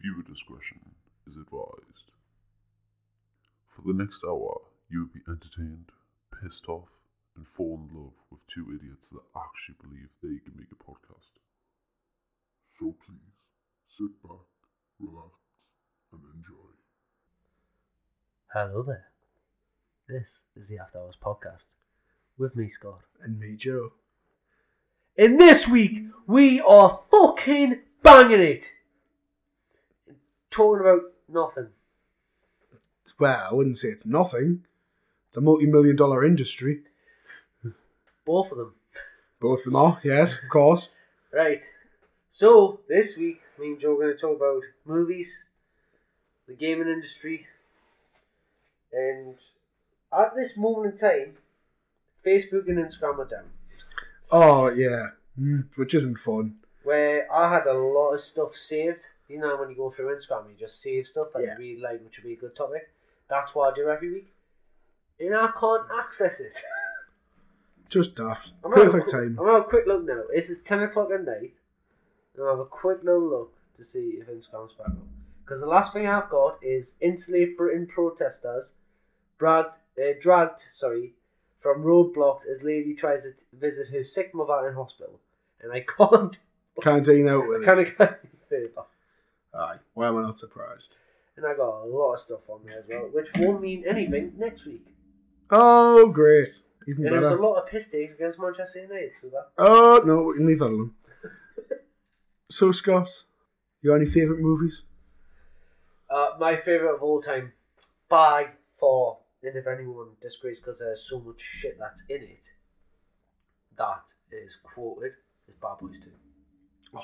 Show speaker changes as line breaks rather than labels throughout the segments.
Viewer discretion is advised. For the next hour, you will be entertained, pissed off, and fall in love with two idiots that actually believe they can make a podcast.
So please, sit back, relax, and enjoy.
Hello there. This is the After Hours Podcast with me, Scott.
and me, Joe.
And this week, we are fucking banging it. Talking about nothing.
Well, I wouldn't say it's nothing. It's a multi-million dollar industry.
Both of them.
Both of them are, yes, of course.
Right. So, this week, me and Joe are going to talk about movies, the gaming industry, and at this moment in time, Facebook and Instagram are down.
Oh yeah, Mm, which isn't fun.
Where I had a lot of stuff saved. You know, when you go through Instagram, you just save stuff that
Yeah.
you really like, which would be a good topic. That's what I do every week. And I can't access it.
Just daft.
I'm gonna have a
Perfect
quick-
time.
I'm going to have a quick look now. It's it's 10 o'clock at night. And I'll have a quick little look to see if Instagram's back up. Because the last thing I've got is Insulate Britain protesters bragged, uh, dragged sorry, from roadblocks as lady tries to t- visit her sick mother in hospital. And I can't
Can't hang out with
kind
it.
of go any further.
Aye. Why am I not surprised?
And I got a lot of stuff on there as well, which won't mean anything next week.
Oh great, even
And there's a
better.
lot of piss takes against Manchester United, so that
Oh no, we can leave that alone. so Scott, you got any favourite movies?
Uh, my favorite of all time, by far, and if anyone disagrees because there's so much shit that's in it, that is quoted is Bad Boys Two.
Oh,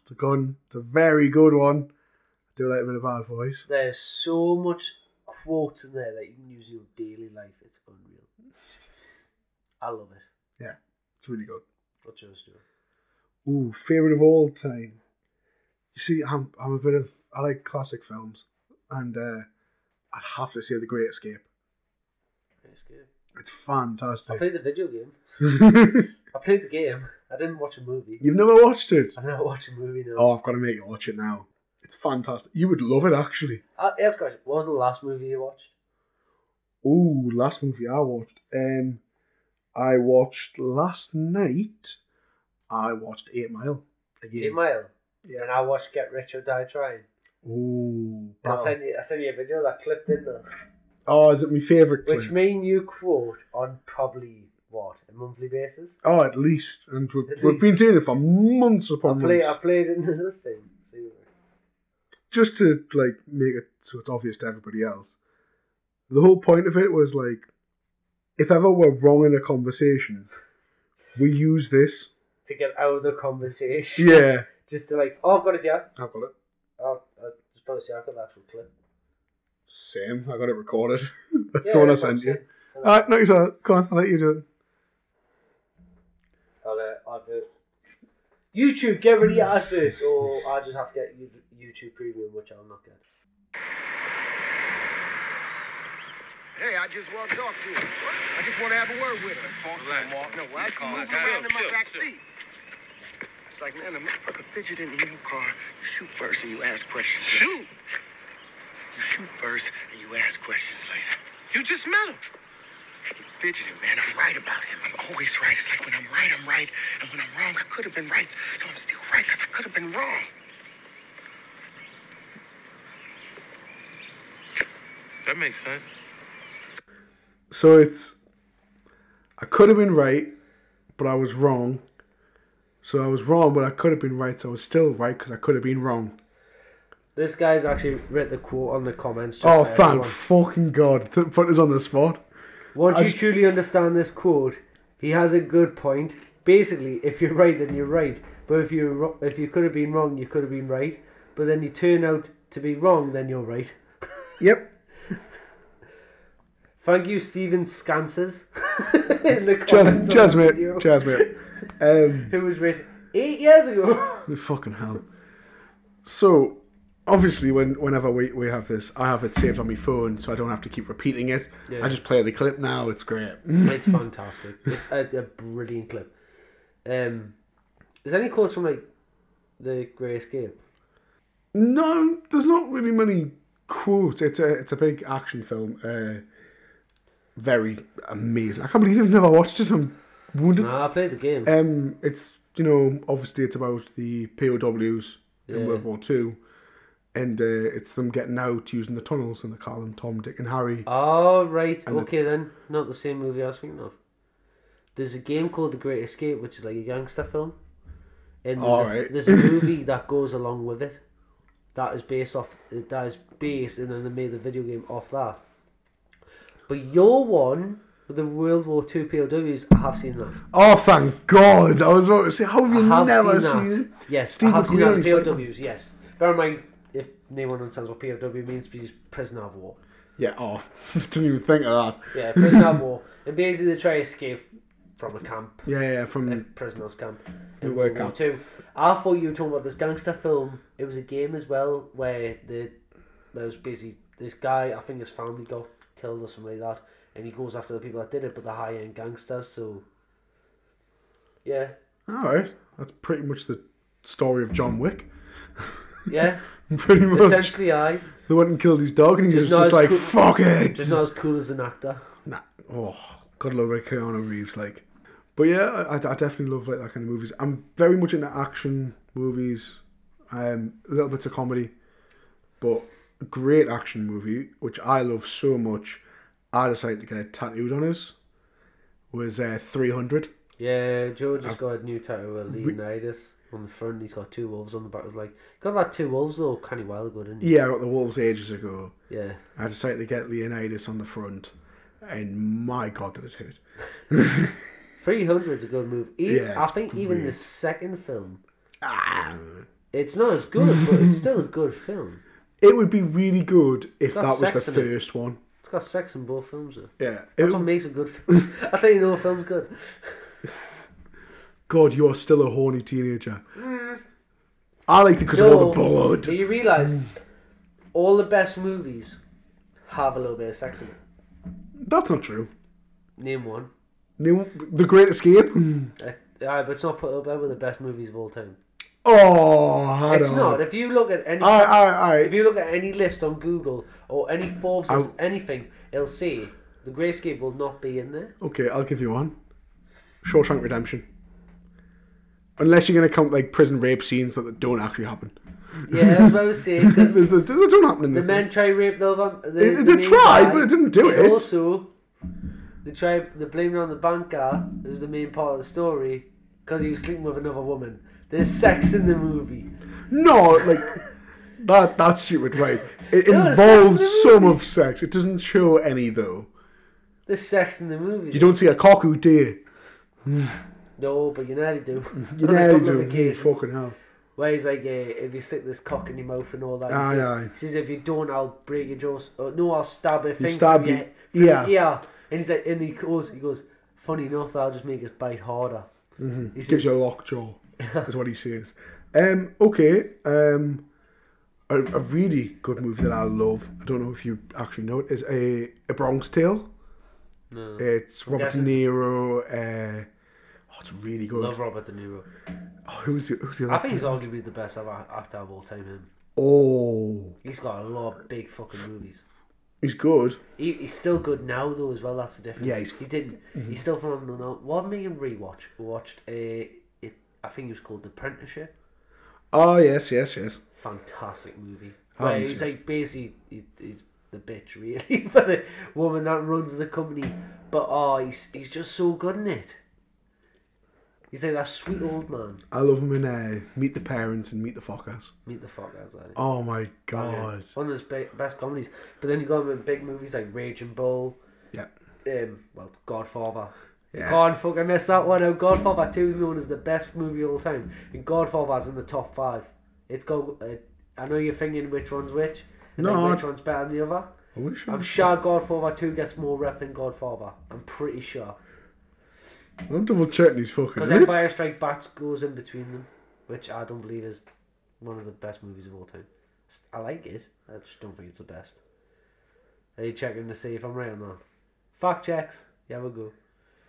it's a gun. It's a very good one. I do like him in a bad voice.
There's so much quotes in there that you can use in your daily life. It's unreal. I love it.
Yeah, it's really good.
What's yours, Stuart?
Ooh, favorite of all time. You see, I'm I'm a bit of I like classic films, and uh, I'd have to say The Great Escape.
It's good.
It's
I
fantastic.
played the video game. I played the game. I didn't watch a movie.
You've never watched it?
I've never watched a movie now.
Oh, I've got to make you watch it now. It's fantastic. You would love it, actually.
Uh, yes, guys. What was the last movie you watched?
Ooh, last movie I watched. Um, I watched last night. I watched Eight Mile again.
Eight Mile.
Yeah.
And I watched Get Rich or Die Trying.
Ooh,
I
wow.
sent you, I sent you a video that clipped in there,
oh, is it my favorite?
which me and you quote on probably what a monthly basis.
Oh, at least, and we've,
At
we've been doing it for months
I
upon
play, I
months,
played it in another thing. So you were-
just to like make it so it's obvious to everybody else. The whole point of it was like, if ever we're wrong in a conversation, we use this.
to get out of the conversation,
Yeah,
just to like, oh, I've got it here.
I've got it.
Oh, I was supposed to say I've got the actual clip.
Same, I got it recorded. That's
Yeah,
the one I
that's what I'm
sent you.
saying.
All right, no, sir. Come on, I'll let you do it.
I'll, uh, I'll do it. YouTube, get rid of your adverts, or I just have to get you- YouTube Premium, which I'll not get.
Hey, I just want to talk to him. I just want to have a word with him. Talk to him, Mark. No, I can move around in my back seat. It's like, man, I'm fucking fidget in the new car. You shoot first and you ask questions. Shoot? You shoot first and you ask questions later. You just met him. Fidgeting, man. I'm right about him. I'm always right. It's like when I'm right, I'm right. And when I'm wrong, I could have been right. So I'm still right because I could have been wrong.
That makes sense.
So it's, I could have been right, but I was wrong. So I was wrong, but I could have been right. So I was still right because I could have been wrong.
This guy's actually written the quote on the comments. just
Oh,
for
thank
everyone.
fucking God. Th- Put us on the spot.
Once
I
you
just-
truly understand this quote, he has a good point. Basically, if you're right, then you're right. But if you ro- if you could have been wrong, you could have been right. But then you turn out to be wrong, then you're right.
Yep.
Thank you, Stephen Scanses, in the comments on
Cheers,
the
cheers, mate.
video,
Cheers, mate. Um,
Who was written eight years ago?
fucking hell. So, obviously, when whenever we, we have this, I have it saved on my phone, so I don't have to keep repeating it.
Yeah.
I just play the clip now. It's great.
it's fantastic. It's a, a brilliant clip. Um, is there any quotes from like the Grey Escape?
No, there's not really many quotes. It's a it's a big action film. Uh, very amazing. I can't believe I've never watched it. I'm wounded.
Nah, I played the game.
Um, it's you know obviously it's about the POWs
Yeah.
in World War Two, and uh, it's them getting out using the tunnels, and they call them Tom, Dick, and Harry.
Oh, right.
And the-
okay, then. Not the same movie I was thinking of. There's a game called The Great Escape, which is like a gangster film. And there's, a,
Alright.
there's a movie that goes along with it. That is based off. That is based, and then they made the video game off that. But your one with the World War Two POWs, I have seen that.
Oh, thank God! I was about to say, how have
I
you
have
never
seen
seen,
that.
it?
Yes,
Steve
I have seen that.
McQueen's Black-
POWs, yes. Bear in mind, if anyone understands what POW means, please prisoner of war.
Yeah. Oh, didn't even think of that.
Yeah, prisoner of war. And basically, they try to escape from a camp.
Yeah, yeah. From
in prisoners camp in
We were
World War
camp.
Two. I thought you were talking about this gangster film. It was a game as well where the there was basically this guy. I think his family got killed or something like that, and he goes after the people that did it, but the high end gangsters. So yeah,
all right. That's pretty much the story of John Wick.
yeah,
pretty much.
essentially, I
They went and killed his dog, and he
Just
was
not
just
as
like,
cool-
"Fuck it."
just not as cool as an actor.
Nah. Oh, God, love like Keanu Reeves, like. But yeah, I, I definitely love like that kind of movies. I'm very much into action movies, um, a little bit of comedy, but a great action movie which I love so much. I decided to get it tattooed on us. Was uh, 300.
Yeah, George
Uh,
has got a new tattoo of Leonidas on the front. He's got two wolves on the back. It was like got that two wolves though, kind of while ago, didn't he?
Yeah, I got the Wolves ages ago.
Yeah.
I decided to get Leonidas on the front, and my God, did it hurt.
300 is a good move. E-
Yeah,
I
it's
think even the
brilliant.
second film,
Ah.
it's not as good, but it's still a good film.
It would be really good if
Got
that was
sex
the
in it.
first one.
It's got sex in both films. Though.
Yeah.
That's
It-
what makes a good film. I tell you, no film's good.
God, you are still a horny teenager.
Mm.
I liked it because of all the
Do
blood.
you realise all the best movies have a little bit of sex in it?
That's not true.
Name one.
New- The Great Escape. Mm.
Uh, aye, but it's not put up there with the best movies of all time.
Oh, I
It's
don't.
not. If you look at any,
I, I,
if
I.
you look at any list on Google or any Forbes,
I-
list, anything, it'll see the Grey Escape will not be in there.
Okay, I'll give you one. Shawshank Redemption. Unless you're going to count like prison rape scenes that don't actually happen.
Yeah, that's what I was saying. 'cause
they, they- they don't happen in
The
the
men try rape the van- the,
They-
the
they
main
tried,
guy.
but they didn't do
They
it.
Also, they tried. They blamed it on the banker, who's the main part of the story, because he was sleeping with another woman. There's sex in the movie.
No, like that. That's stupid, right? It
No, it's sex
involves
in the
some of sex. It doesn't show any though.
There's sex in the movie.
You don't see a cockoo, do you?
No, but you know how they do.
You
On a
know,
couple of
you do. You
occasions.
fucking hell.
Where he's like, eh, if you stick this cock in your mouth and all that, he,
Aye,
says,
aye.
he says, if you don't, I'll break your jaws. Oh, no, I'll stab a thing.
stab
through your
your
he- through your
ear.
ear. And he's like, and he goes, he goes. Funny enough, that'll just make us bite harder. Mm-hmm.
Gives you a lockjaw, is what he says. Um, okay, um, a, a really good movie that I love. I don't know if you actually know it. Is a, a Bronx Tale.
No.
It's Robert De
guessing
Niro. Uh, oh, it's really good.
Love Robert De Niro.
Oh, who's the who's the
I
other?
think he's arguably the best ever actor of all time. Him.
Oh,
He's got a lot of big fucking movies.
he's good.
He, he's still good now though as well. That's the difference.
Yeah, he's- Mm-hmm.
he didn't. He's still phenomenal now. What made him rewatch? We watched a. It, I think it was called The Apprenticeship.
Oh yes, yes, yes.
Fantastic movie.
I
Where
haven't
he's
seen
like basically he, he's the bitch really for the woman that runs the company. But oh, he's he's just so good in it. He's like that sweet old man.
I love him in uh, Meet the Parents and Meet the Fockers.
Meet the fuck as I.
Oh my
Yeah,
god.
it's one of his be- best comedies. But then you got him in big movies like Raging Bull,
Yeah.
um, well, Godfather.
Yeah.
Can't fucking miss that one out. Godfather 2 is known as the best movie of all time. And Godfather's in the top five. It's got. Uh, I know you're thinking which one's which. And
No,
then
I-
which one's better than the other.
I wish I
I'm sure Godfather 2 gets more rep than Godfather. I'm pretty sure.
I'm double checking these fucking.
Because
notes.
Empire Strike Back goes in between them, which I don't believe is one of the best movies of all time. S- I like it, I just don't think it's the best. Are you checking to see if I'm right on that? Fact checks. Yeah, we'll go.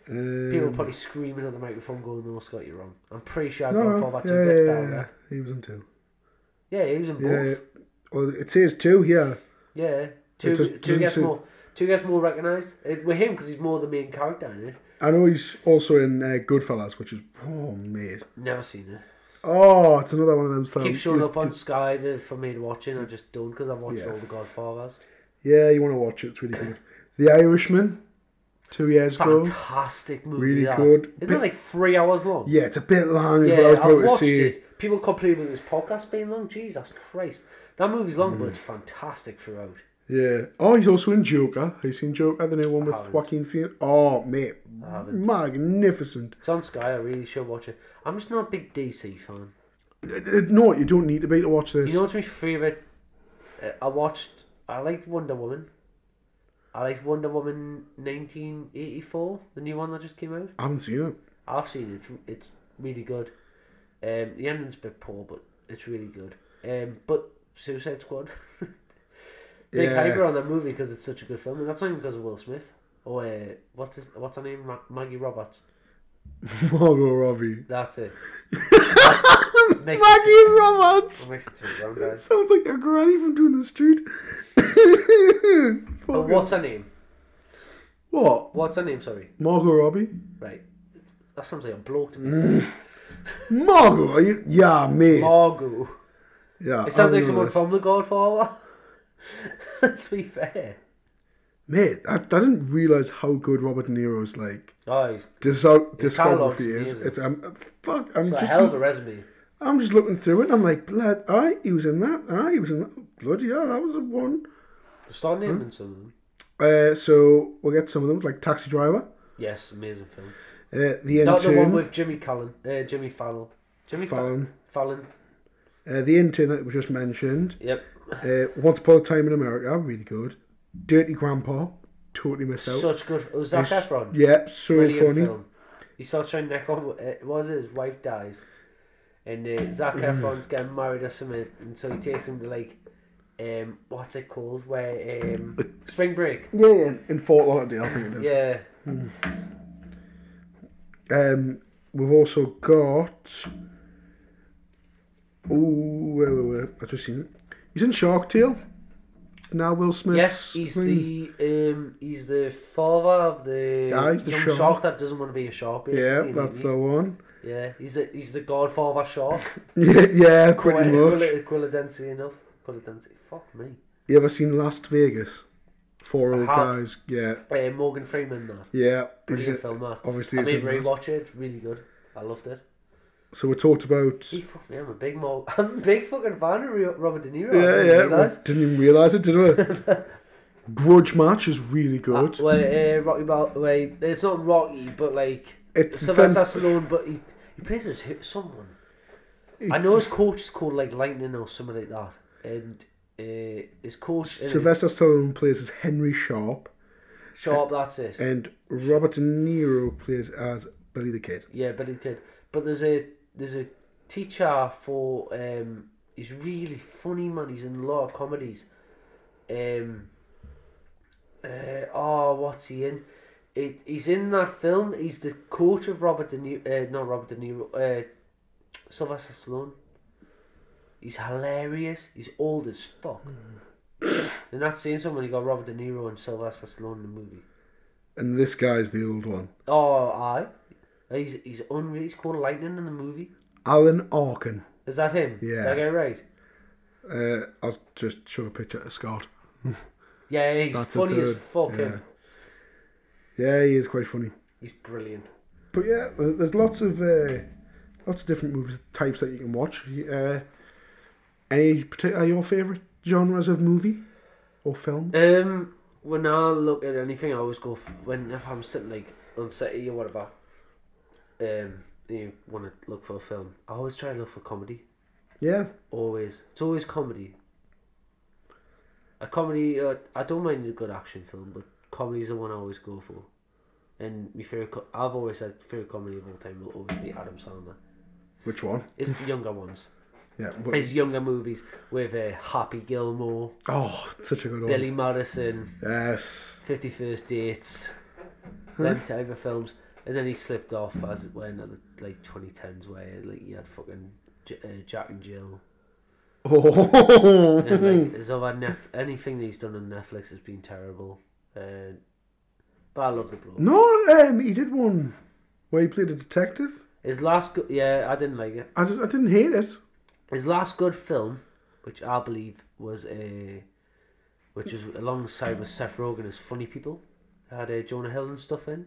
People
Um,
probably screaming at the microphone going, no, Scott, you're wrong. I'm pretty sure
no,
Godfather 2
yeah,
gets
yeah,
better.
yeah, he was in two.
Yeah, Yeah, he was in both.
Yeah. Well, it says two. Yeah.
Yeah, two,
just
two gets
doesn't
more. Two gets more recognised It- with him because he's more the main character. In it.
I know he's also in uh, Goodfellas, which is oh mate.
Never seen it.
Oh, it's another one of them.
Keep
Keep
showing up on Sky to, for me to watch it. I just don't because I've watched
Yeah.
all the Godfathers.
Yeah, you want to watch it. It's really good. The Irishman, two years ago.
Fantastic movie.
Really
that.
good.
Isn't it
Bit-
like three hours long?
Yeah, it's a bit long. Yeah,
Yeah,
but I was about
I've
to
watched
see.
it. People complain about this podcast being long. Jesus Christ, that movie's long,
Mm.
but it's fantastic throughout.
Yeah. Oh, he's also in Joker. Have you seen Joker, the new one with
haven't.
Joaquin Phoenix? Oh, mate,
I haven't.
magnificent.
It's on Sky. I really should watch it. I'm just not a big DC fan.
Uh, uh, No, you don't need to be to watch this.
You know what's my favourite? Uh, I watched. I liked Wonder Woman. I liked Wonder Woman 1984, the new one that just came out.
I haven't seen it.
I've seen it. It's, it's really good. Um, the ending's a bit poor, but it's really good. Um, but Suicide Squad. Big
Yeah.
hyper on that movie because it's such a good film, and that's not even because of Will Smith. Or uh, what's his, what's her name? Ma- Maggie Roberts.
Margot Robbie.
That's it. Makes Oh it
Maggie Roberts.
What makes it to a ground, guys?
Sounds like a granny from doing the street.
But
Fucking-
Oh, what's her name?
What?
What's her name? Sorry.
Margot Robbie?
Right. That sounds like a bloke to me.
Margot? Are you? Yeah, mate.
Margot.
yeah.
It sounds
I
like
know
someone
this.
from The Godfather. to be fair.
Mate, I, I didn't realize how good Robert De Niro's like
Oh, he's
discog-
His catalogue's
discography is.
amazing.
It's um, fuck. I'm
got a
just
hell of a resume.
I'm just looking through it. and I'm like, blood. I he was in that. I he was in that. Bloody hell, that was the one.
Start naming some of them.
Uh, so we'll get some of them, like Taxi Driver,
Yes, amazing film.
uh, The
Not the one
Intern,
with Jimmy Callan, uh, Jimmy Fallon. Jimmy Fa-
Fallon.
Fallon.
uh, The Intern that was just mentioned,
Yep.
uh, Once Upon a Time in America, really good. Dirty Grandpa, totally missed out.
Such good. It was Zac
It's-
Efron.
Yeah, so
Brilliant
funny.
film. He starts trying to neck on. Uh, what was it? His wife dies, and uh, Zac
Mm.
Efron's getting married or something, and so he takes him to like, um, what's it called? Where um, spring break.
Yeah, yeah, in Fort Lauderdale, I think it is.
Yeah.
Um, we've also got. Ooh, wait, wait, wait. I just seen it. He's in Shark Tale. Now Will Smith.
Yes, he's the um, he's the father of the,
Yeah, he's the
young
shark.
shark. that doesn't want to be a shark. Basically,
Yeah,
isn't
that's
he?
the one.
Yeah, he's the he's the godfather shark.
Yeah, yeah pretty much.
Quillidency enough. Quillidency. Fuck me.
You ever seen Last Vegas? Four old
have.
guys. Yeah,
Uh, Morgan Freeman that.
yeah.
Brilliant film that.
obviously
I
it's
made
in
Ray
that.
watch it. It's really good. I loved it.
So we talked about.
He fuck me. I'm a big mo. I'm a big fucking fan of Ro- Robert De Niro.
Yeah, yeah.
I
we didn't even realize it, did we? Grudge match is really good.
But where uh, Rocky Bal- where it's not Rocky, but like
It's
Sylvester
them-
Stallone, but he he plays as hi- someone. I know his coach is called like Lightning or something like that, and uh, his coach in it-
Sylvester Stallone plays as Henry Sharp,
Sharp. That's it.
and Robert De Niro plays as Billy the Kid.
Yeah, but he did. But there's a there's a teacher for um he's really funny man, he's in a lot of comedies. Um uh, oh what's he in? It, he's in that film, he's the coach of Robert De Niro uh, not Robert De Niro, uh Sylvester Stallone. He's hilarious, he's old as fuck. and that's saying something when you got Robert De Niro and Sylvester Stallone in the movie.
And this guy's the old one,
Oh, aye. He's he's unreal. He's called Lightning in the movie.
Alan Arkin.
Is that him?
Yeah.
Did I get it right?
Uh, I'll just show a picture of Scott.
Yeah, he's
That's a
funny as
dude,
fuck. eh?
yeah.
him.
Yeah, he is quite funny.
He's brilliant.
But yeah, there- there's lots of uh, lots of different movie types that you can watch. Uh, any particular your favorite genres of movie or film?
Um, when I look at anything, I always go f- when if I'm sitting like on city or whatever. Um, you want to look for a film? I always try and look for comedy.
Yeah,
Always, it's always comedy. A comedy. Uh, I don't mind a good action film, but comedy's the one I always go for. And my favorite, co- I've always said favorite comedy of all time will always be Adam Sandler.
which one?
His younger ones.
Yeah, but,
His younger movies with uh, Happy Gilmore,
oh, such a good one.
Billy Madison,
Yes,
Fifty First Dates, them type of films. And then he slipped off as it went at the like 2010s, where like he had fucking J- uh, Jack and Jill,
Oh, Hmm.
And, like, his other Nef- anything that he's done on Netflix has been terrible. Uh, but I love the bloke.
no, um, he did one where he played a detective.
His last, go- yeah, I didn't like it.
I, just, I didn't hate it.
His last good film, which I believe was a, which is alongside with Seth Rogen, is Funny People. Had uh, Jonah Hill and stuff in,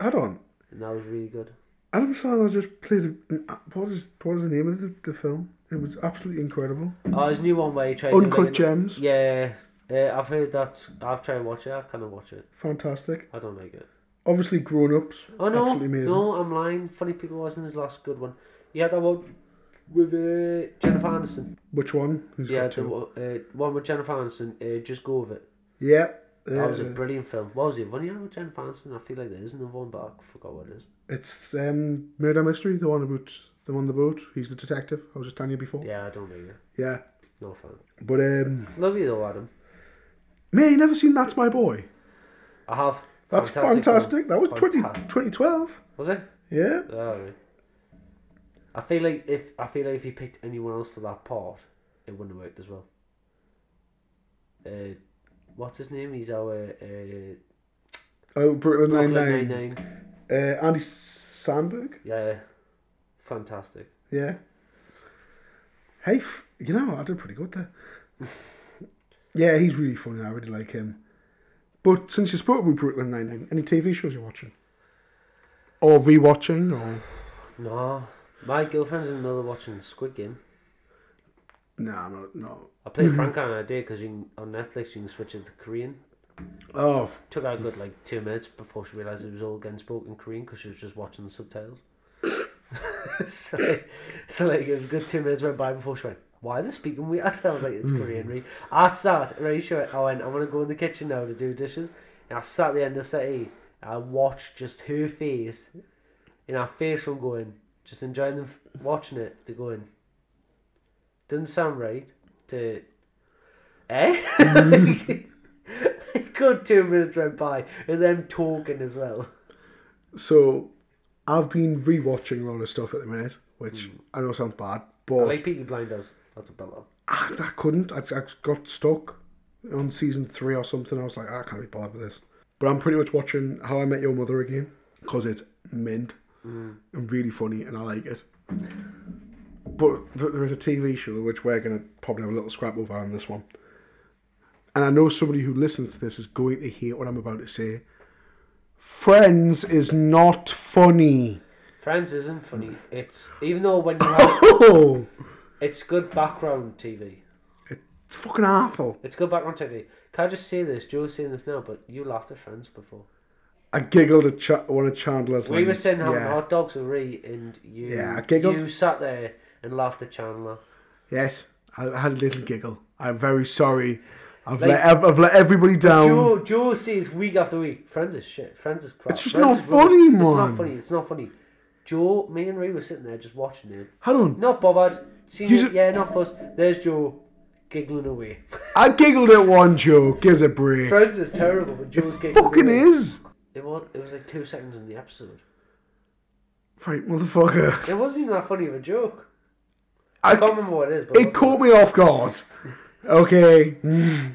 Hold on,
and that was really good.
Adam Sandler just played. A, an- what was what was the name of the, the film? It was absolutely incredible.
Oh, his new one where he tried to do,
Uncut
like,
Gems,
Yeah, uh, I've heard that. I've tried to watch it. I kind of watch it.
fantastic.
I don't like it.
Obviously, Grown Ups,
Oh no,
absolutely amazing.
no, I'm lying. Funny People wasn't his last good one. He had that one with uh, Jennifer Anderson.
Which one? Who's
yeah,
got
the
two?
one- uh, one with Jennifer Anderson. Uh, Just go with it.
Yeah,
That was a
uh,
brilliant film. What was the other one? Yeah, with Jennifer Aniston. I feel like there is another one, but I forgot what it is.
it's um, murder mystery. The one about the one on the boat. He's the detective. I was just telling you before. Yeah,
Yeah, I don't know. No fan.
but um,
Love you though, Adam.
man, you never seen That's My Boy?
I have.
That's
film.
fantastic. That was 20,
Fantastic.
2012.
Was it?
Yeah.
Alright. I feel like if I feel like if you picked anyone else for that part, it wouldn't have worked as well. Uh, what's his name? He's our uh,
Oh, Brooklyn Nine
Brooklyn
Nine.
Nine-Nine.
Uh, Andy Sandberg.
Yeah, fantastic.
Yeah. Hey, f- you know I did pretty good there. yeah, he's really funny. I really like him. But since you spoke about Brooklyn Nine Nine, any TV shows you're watching? Or rewatching, or
No, my girlfriend's in the middle of watching Squid Game.
nah, no, no.
I played prank on her day because you can, on Netflix you can switch it to Korean.
Oh,
Took her a good like two minutes before she realised it was all getting spoken Korean because she was just watching the subtitles. so, like, so like a good two minutes went by before she went, "Why are they speaking weird?" I was like, "It's Korean." Right? I sat right sure. I went, "I'm gonna go in the kitchen now to do dishes." And I sat at the end of the city. I watched just her face, and her face from going just enjoying them f- watching it to going. Doesn't sound right. To eh. good two minutes went by, and them talking as well.
so I've been rewatching a lot of stuff at the minute, which I know sounds bad, but
I like Peaky Blinders. That's a better.
I, Ah, I couldn't. I, I got stuck on season three or something. I was like, "Ah, I can't be bothered with this. But I'm pretty much watching How I Met Your Mother again because it's mint
Mm.
and really funny and I like it. But th- there is a TV show which we're going to probably have a little scrap over on this one. And I know somebody who listens to this is going to hear what I'm about to say. Friends is not funny.
Friends isn't
Hmm.
funny. It's even though when you have,
Oh,
it's good background TV.
it's fucking awful.
It's good background TV. Can I just say this? Joe's saying this now, but you laughed at Friends before.
I giggled at Cha- one of Chandler's
We were
lines.
sitting having
Yeah.
hot dogs with Ree, and you
Yeah, I giggled.
you sat there and laughed at Chandler.
Yes, I, I had a little giggle. I'm very sorry. I've
Like-
let ev- I've let everybody down.
Joe Joe says week after week, Friends is shit. Friends is crap.
It's just
Friends
not
is rubbish.
funny,
It's
man.
not funny. It's not funny. Joe, me and Ree were sitting there just watching it.
Hold on.
Not bothered. Seen
You
it,
should-
yeah, not fussed. There's Joe giggling away.
I giggled at one joke. Gives a break.
Friends is terrible, but Joe's giggling
Fucking
away.
is.
It was, it was like two seconds in the episode.
Right, motherfucker.
It wasn't even that funny of a joke. I can't
I,
remember what it is, but
it caught me off guard. Okay. It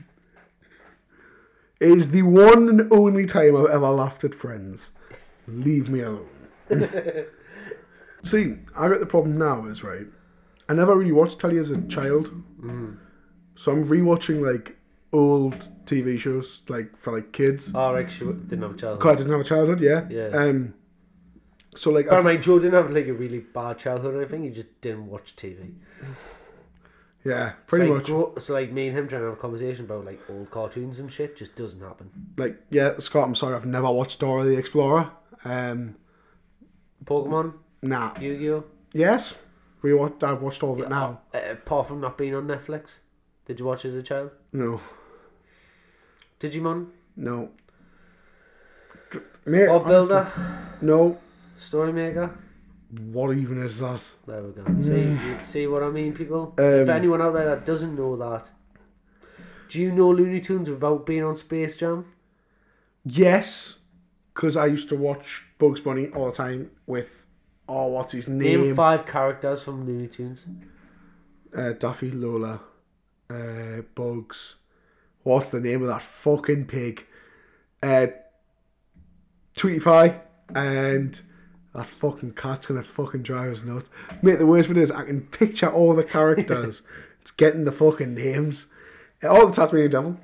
is the one and only time I've ever laughed at friends. Leave me alone. See, I got the problem now is right. I never really watched telly as a child,
Mm.
so I'm rewatching like old TV shows like for like kids.
Oh, right, she didn't have a childhood.
'Cause I didn't have a childhood, yeah.
Yeah.
Um. So like,
Bear in
I,
mind, Joe didn't have like a really bad childhood or anything. He just didn't watch TV.
yeah, pretty
like,
much.
grow- so like me and him trying to have a conversation about like old cartoons and shit just doesn't happen.
Like, yeah, Scott. I'm sorry, I've never watched Dora the Explorer. Um.
Pokemon,
Nah.
Yu-Gi-Oh.
Yes. Rewatched. I've watched all of it now.
Uh, apart from not being on Netflix, did you watch it as a child?
No.
Digimon,
No. Mate,
Bob
honestly,
Builder,
No.
Story Maker.
What even is that?
There we go. See, you see what I mean, people?
Um,
For anyone out there that doesn't know that, do you know Looney Tunes without being on Space Jam?
Yes, because I used to watch Bugs Bunny all the time with, oh, what's his
Name
name?
five characters from Looney Tunes.
uh, Daffy, Lola, uh, Bugs. What's the name of that fucking pig? Uh, Tweety Pie and that fucking cat's gonna fucking drive us nuts. Mate, the worst bit is I can picture all the characters. it's getting the fucking names. All the Tasmanian Devil.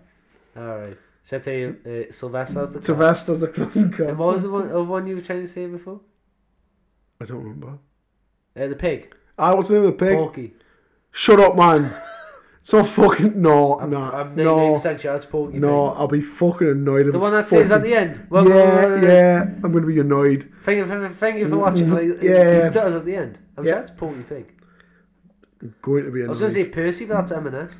Alright. Should I tell you, uh, Sylvester's the cat?
Sylvester's the fucking cat.
And what was the one, other one you were trying to say before?
I don't remember.
Uh, the pig.
Ah, what's the name of the pig?
Porky.
Shut up, man. It's not fucking no,
I'm,
no,
I'm 99%
no,
sure that's Porky.
no.
Pig.
I'll be fucking annoyed. if
The
it's
one that says at
fucking-
the end. Well,
Yeah, yeah. I'm gonna be annoyed.
Thank you for, thank you for watching. Like,
Yeah.
He stutters at the end. I'm
Yeah.
sure it's Porky Pig.
Going to be
I
annoyed.
was going to say Percy, but that's M&S.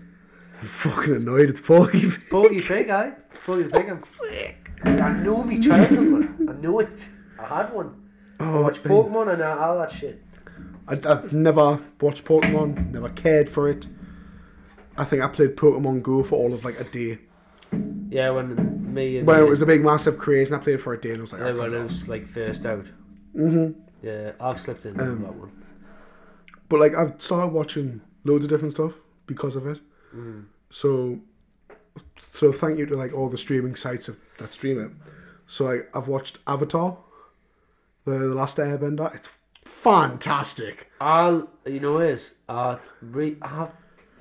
fucking annoyed. It's Porky.
Porky Pig, aye. Porky Pig, I'm sick. I know me childhood one. I know it. I had one.
Oh,
Watch Pokemon and I- all that shit.
I, I've never watched Pokemon, never cared for it. I think I played Pokemon Go for all of like a day.
Yeah, when me and
Well, it was a big, massive craze, and I played for a day, and I was like, I
when I
can't.
was like first out. uh,
Mm-hmm.
Yeah, I've slipped in on that one.
But like, I've started watching loads of different stuff because of it.
Mm.
So, so thank you to like all the streaming sites of, that stream it. So like, I've watched Avatar, the, the Last Airbender. It's fantastic.
I'll, you know, is I re I have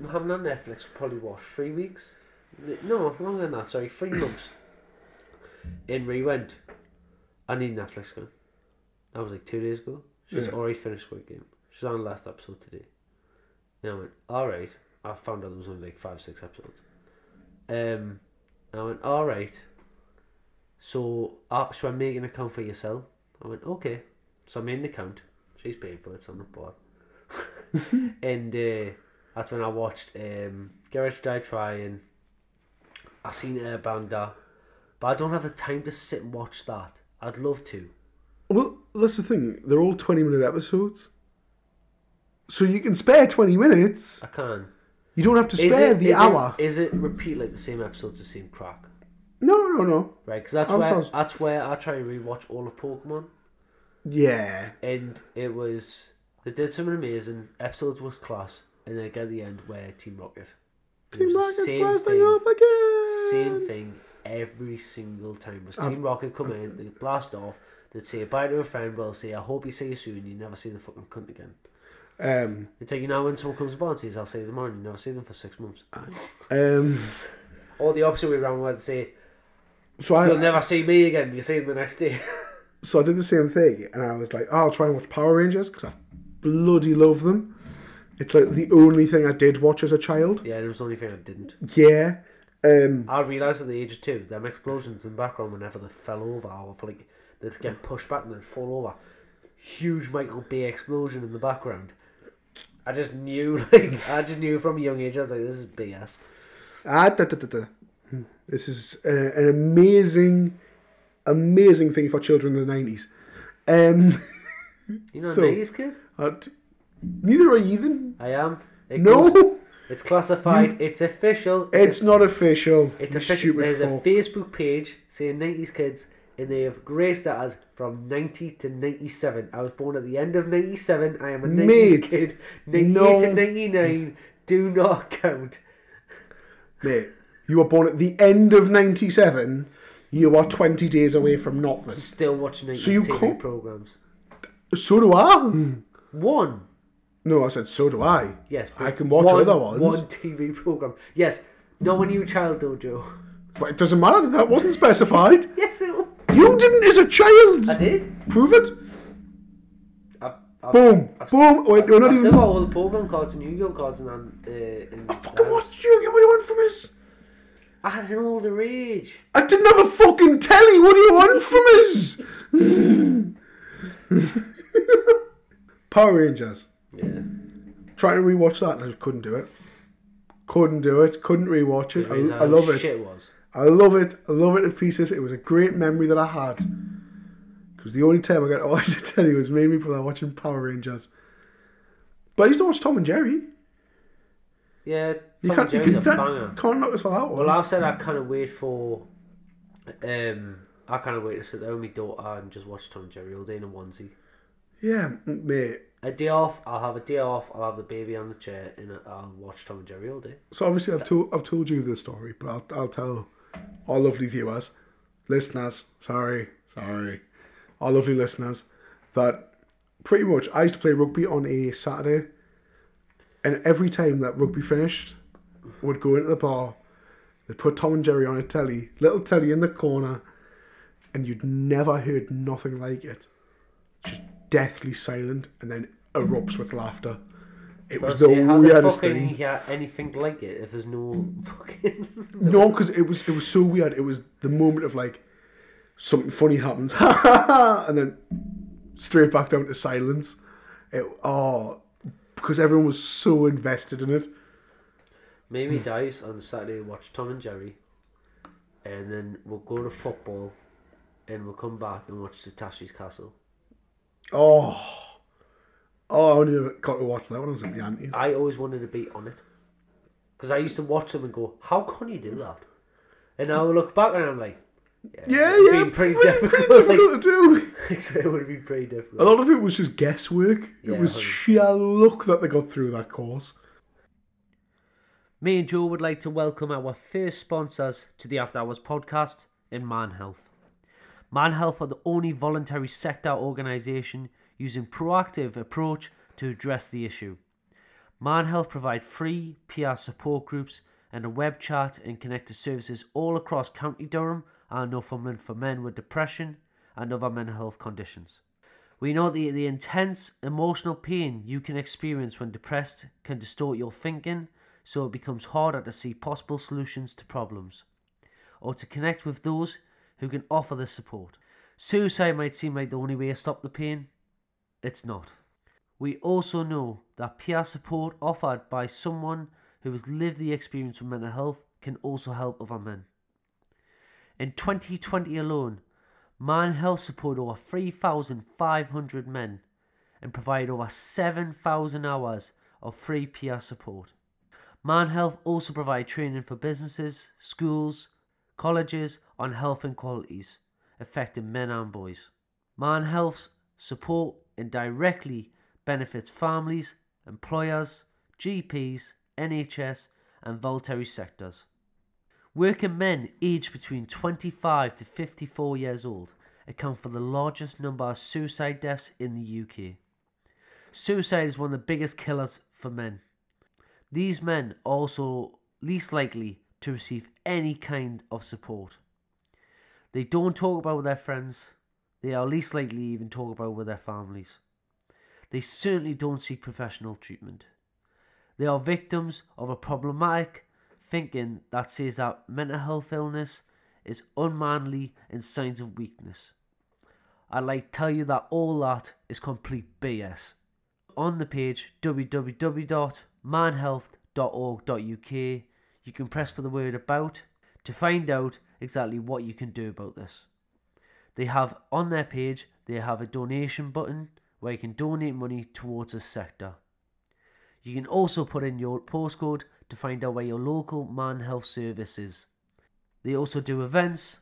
I haven't on Netflix for probably what three weeks? No, longer than that. Sorry, three months. And we went. I need Netflix again. That was like two days ago. She's
Yeah.
already finished Squid Game. She's on the last episode today. And I went, all right. I found out there was only like five, six episodes. Um, and I went, all right. So, uh, so I make an account for yourself. I went, okay. So I made an account. She's paying for it, so I'm not bored. and uh, that's when I watched um, Get Rich Die Trying. I seen Airbender, but I don't have the time to sit and watch that. I'd love to.
Well, that's the thing. They're all twenty-minute episodes. So you can spare twenty minutes.
I can.
You don't have to
Is
spare
it-
the
is it-
hour.
Is it repeat like the same episode, the same crack?
No, no, no.
Right, because that's
Oh,
where
sounds-
that's where I try and rewatch all of Pokemon,
Yeah.
and it was they did something amazing. Episodes was class, and then at the end where Team Rocket. It
Team
was the
Rocket's
same
blasting
thing.
off again.
same thing every single time. Was Team Rocket come in, they blast off, they'd say bye to a friend, well say, I hope you see you soon, you never see the fucking cunt again.
Um,
It's like you know when someone comes by and says, I'll see you tomorrow and you never see them for six months.
um,
Or the opposite way around where they say,
so I
You'll never see me again, you see them the next day.
so I did the same thing, and I was like, oh, I'll try and watch Power Rangers because I bloody love them. It's like the only thing I did watch as a child.
yeah, there was the only thing I didn't.
Yeah. Um,
I realised at the age of two, them explosions in the background whenever they fell over or if, like they'd get pushed back and they'd fall over. Huge Michael Bay explosion in the background. I just knew like I just knew from a young age I was like, this is BS.
ah, da, da, da, da. This is uh, an amazing, amazing thing for children in the 90s. Um,
You know,
So-
nineties kid?
I'd- neither are you then.
I am. It goes-
No,
it's classified. It's official.
it's not official.
it's
you
official.
stupid
There's a
fuck.
Facebook page saying nineties kids, and they have graced that as from ninety to ninety seven. I was born at the end of ninety seven. I am a nineties
Mate,
kid. Ninety eight to
no.
ninety nine do not count.
Mate, you were born at the end of 97. You are 20 days away from not this.
Still watching nineties
you
TV
can't-
programs.
So do I.
One.
No, I said, so do I.
Yes,
I
but
can watch
one,
other ones.
One TV program. Yes, not when you were a child, though, Joe.
But it doesn't matter, that wasn't specified.
Yes, it was.
You didn't as a child.
I did.
Prove it.
I, I,
Boom. Boom. Wait, we're not
I
even.
still got all the Pokemon cards and Yu-Gi-Oh cards and uh, and
I fucking watched you. Get what do you want from us?
I had an older age.
I didn't have a fucking telly. What do you want from us? Power Rangers.
Yeah.
Trying to rewatch that and I just couldn't do it. Couldn't do it. Couldn't rewatch it. I, I love it.
Shit was.
I love it. I love it in pieces. It was a great memory that I had. Because the only time I got to watch the telly was me and my brother watching Power Rangers. But I used to watch Tom and Jerry.
Yeah. Tom
You
and
can't, you
Jerry's a
can-
banger.
can't, can't knock us for that one.
Well, I've said I kind of wait for. Um, I kind of wait to sit there with my daughter and just watch Tom and Jerry all day in a onesie.
yeah, m- mate.
a day off, I'll have a day off, I'll have the baby on the chair, and I'll watch Tom and Jerry all day.
So obviously, I've told I've told you the story, but I'll I'll tell our lovely viewers, listeners. Sorry, sorry, our lovely listeners, that pretty much I used to play rugby on a Saturday, and every time that rugby finished, would go into the bar, they would put Tom and Jerry on a telly, little telly in the corner, and you'd never heard nothing like it, just deathly silent, and then erupts with laughter. It was the
Honestly, how the
weirdest
fuck can
thing.
you hear anything like it if there's no fucking.
No, because it was it was so weird. It was the moment of like something funny happens, ha ha ha, and then straight back down to silence. It oh, because everyone was so invested in it.
Maybe dies on Saturday, watch Tom and Jerry, and then we'll go to football, and we'll come back and watch Tatashi's Castle.
Oh, oh, I only ever got to watch that when I was at the aunties.
I always wanted to be on it. Because I used to watch them and go, how can you do that? And now I look back and I'm like,
Yeah,
it's
yeah,
been
pretty,
pretty
pretty,
difficult, like-
difficult to do.
so it would have been pretty difficult.
A lot of it was just guesswork.
Yeah,
it was
100%.
sheer luck that they got through that course.
Me and Joe would like to welcome our first sponsors to the After Hours podcast in Man Health. Man Health are the only voluntary sector organisation using proactive approach to address the issue. Man Health provide free PR support groups and a web chat and connected services all across County Durham and Northumberland for men with depression and other mental health conditions. We know the, the intense emotional pain you can experience when depressed can distort your thinking, so it becomes harder to see possible solutions to problems or to connect with those who can offer the support. Suicide might seem like the only way to stop the pain, it's not. We also know that peer support offered by someone who has lived the experience with mental health can also help other men. In 2020 alone, Man Health supported over 3,500 men and provided over 7,000 hours of free peer support. Man Health also provide training for businesses, schools, colleges on health inequalities affecting men and boys. Man Health's support indirectly benefits families, employers, GPs, NHS, and voluntary sectors. Working men aged between 25 to 54 years old account for the largest number of suicide deaths in the UK. Suicide is one of the biggest killers for men. These men are also least likely to receive any kind of support. They don't talk about it with their friends. They are least likely to even talk about it with their families. They certainly don't seek professional treatment. They are victims of a problematic thinking that says that mental health illness is unmanly and signs of weakness. I'd like to tell you that all that is complete BS on the page www.manhealth.org.uk. You can press for the word about to find out exactly what you can do about this. They have on their page they have a donation button where you can donate money towards a sector. You can also put in your postcode to find out where your local man health service is. They also do events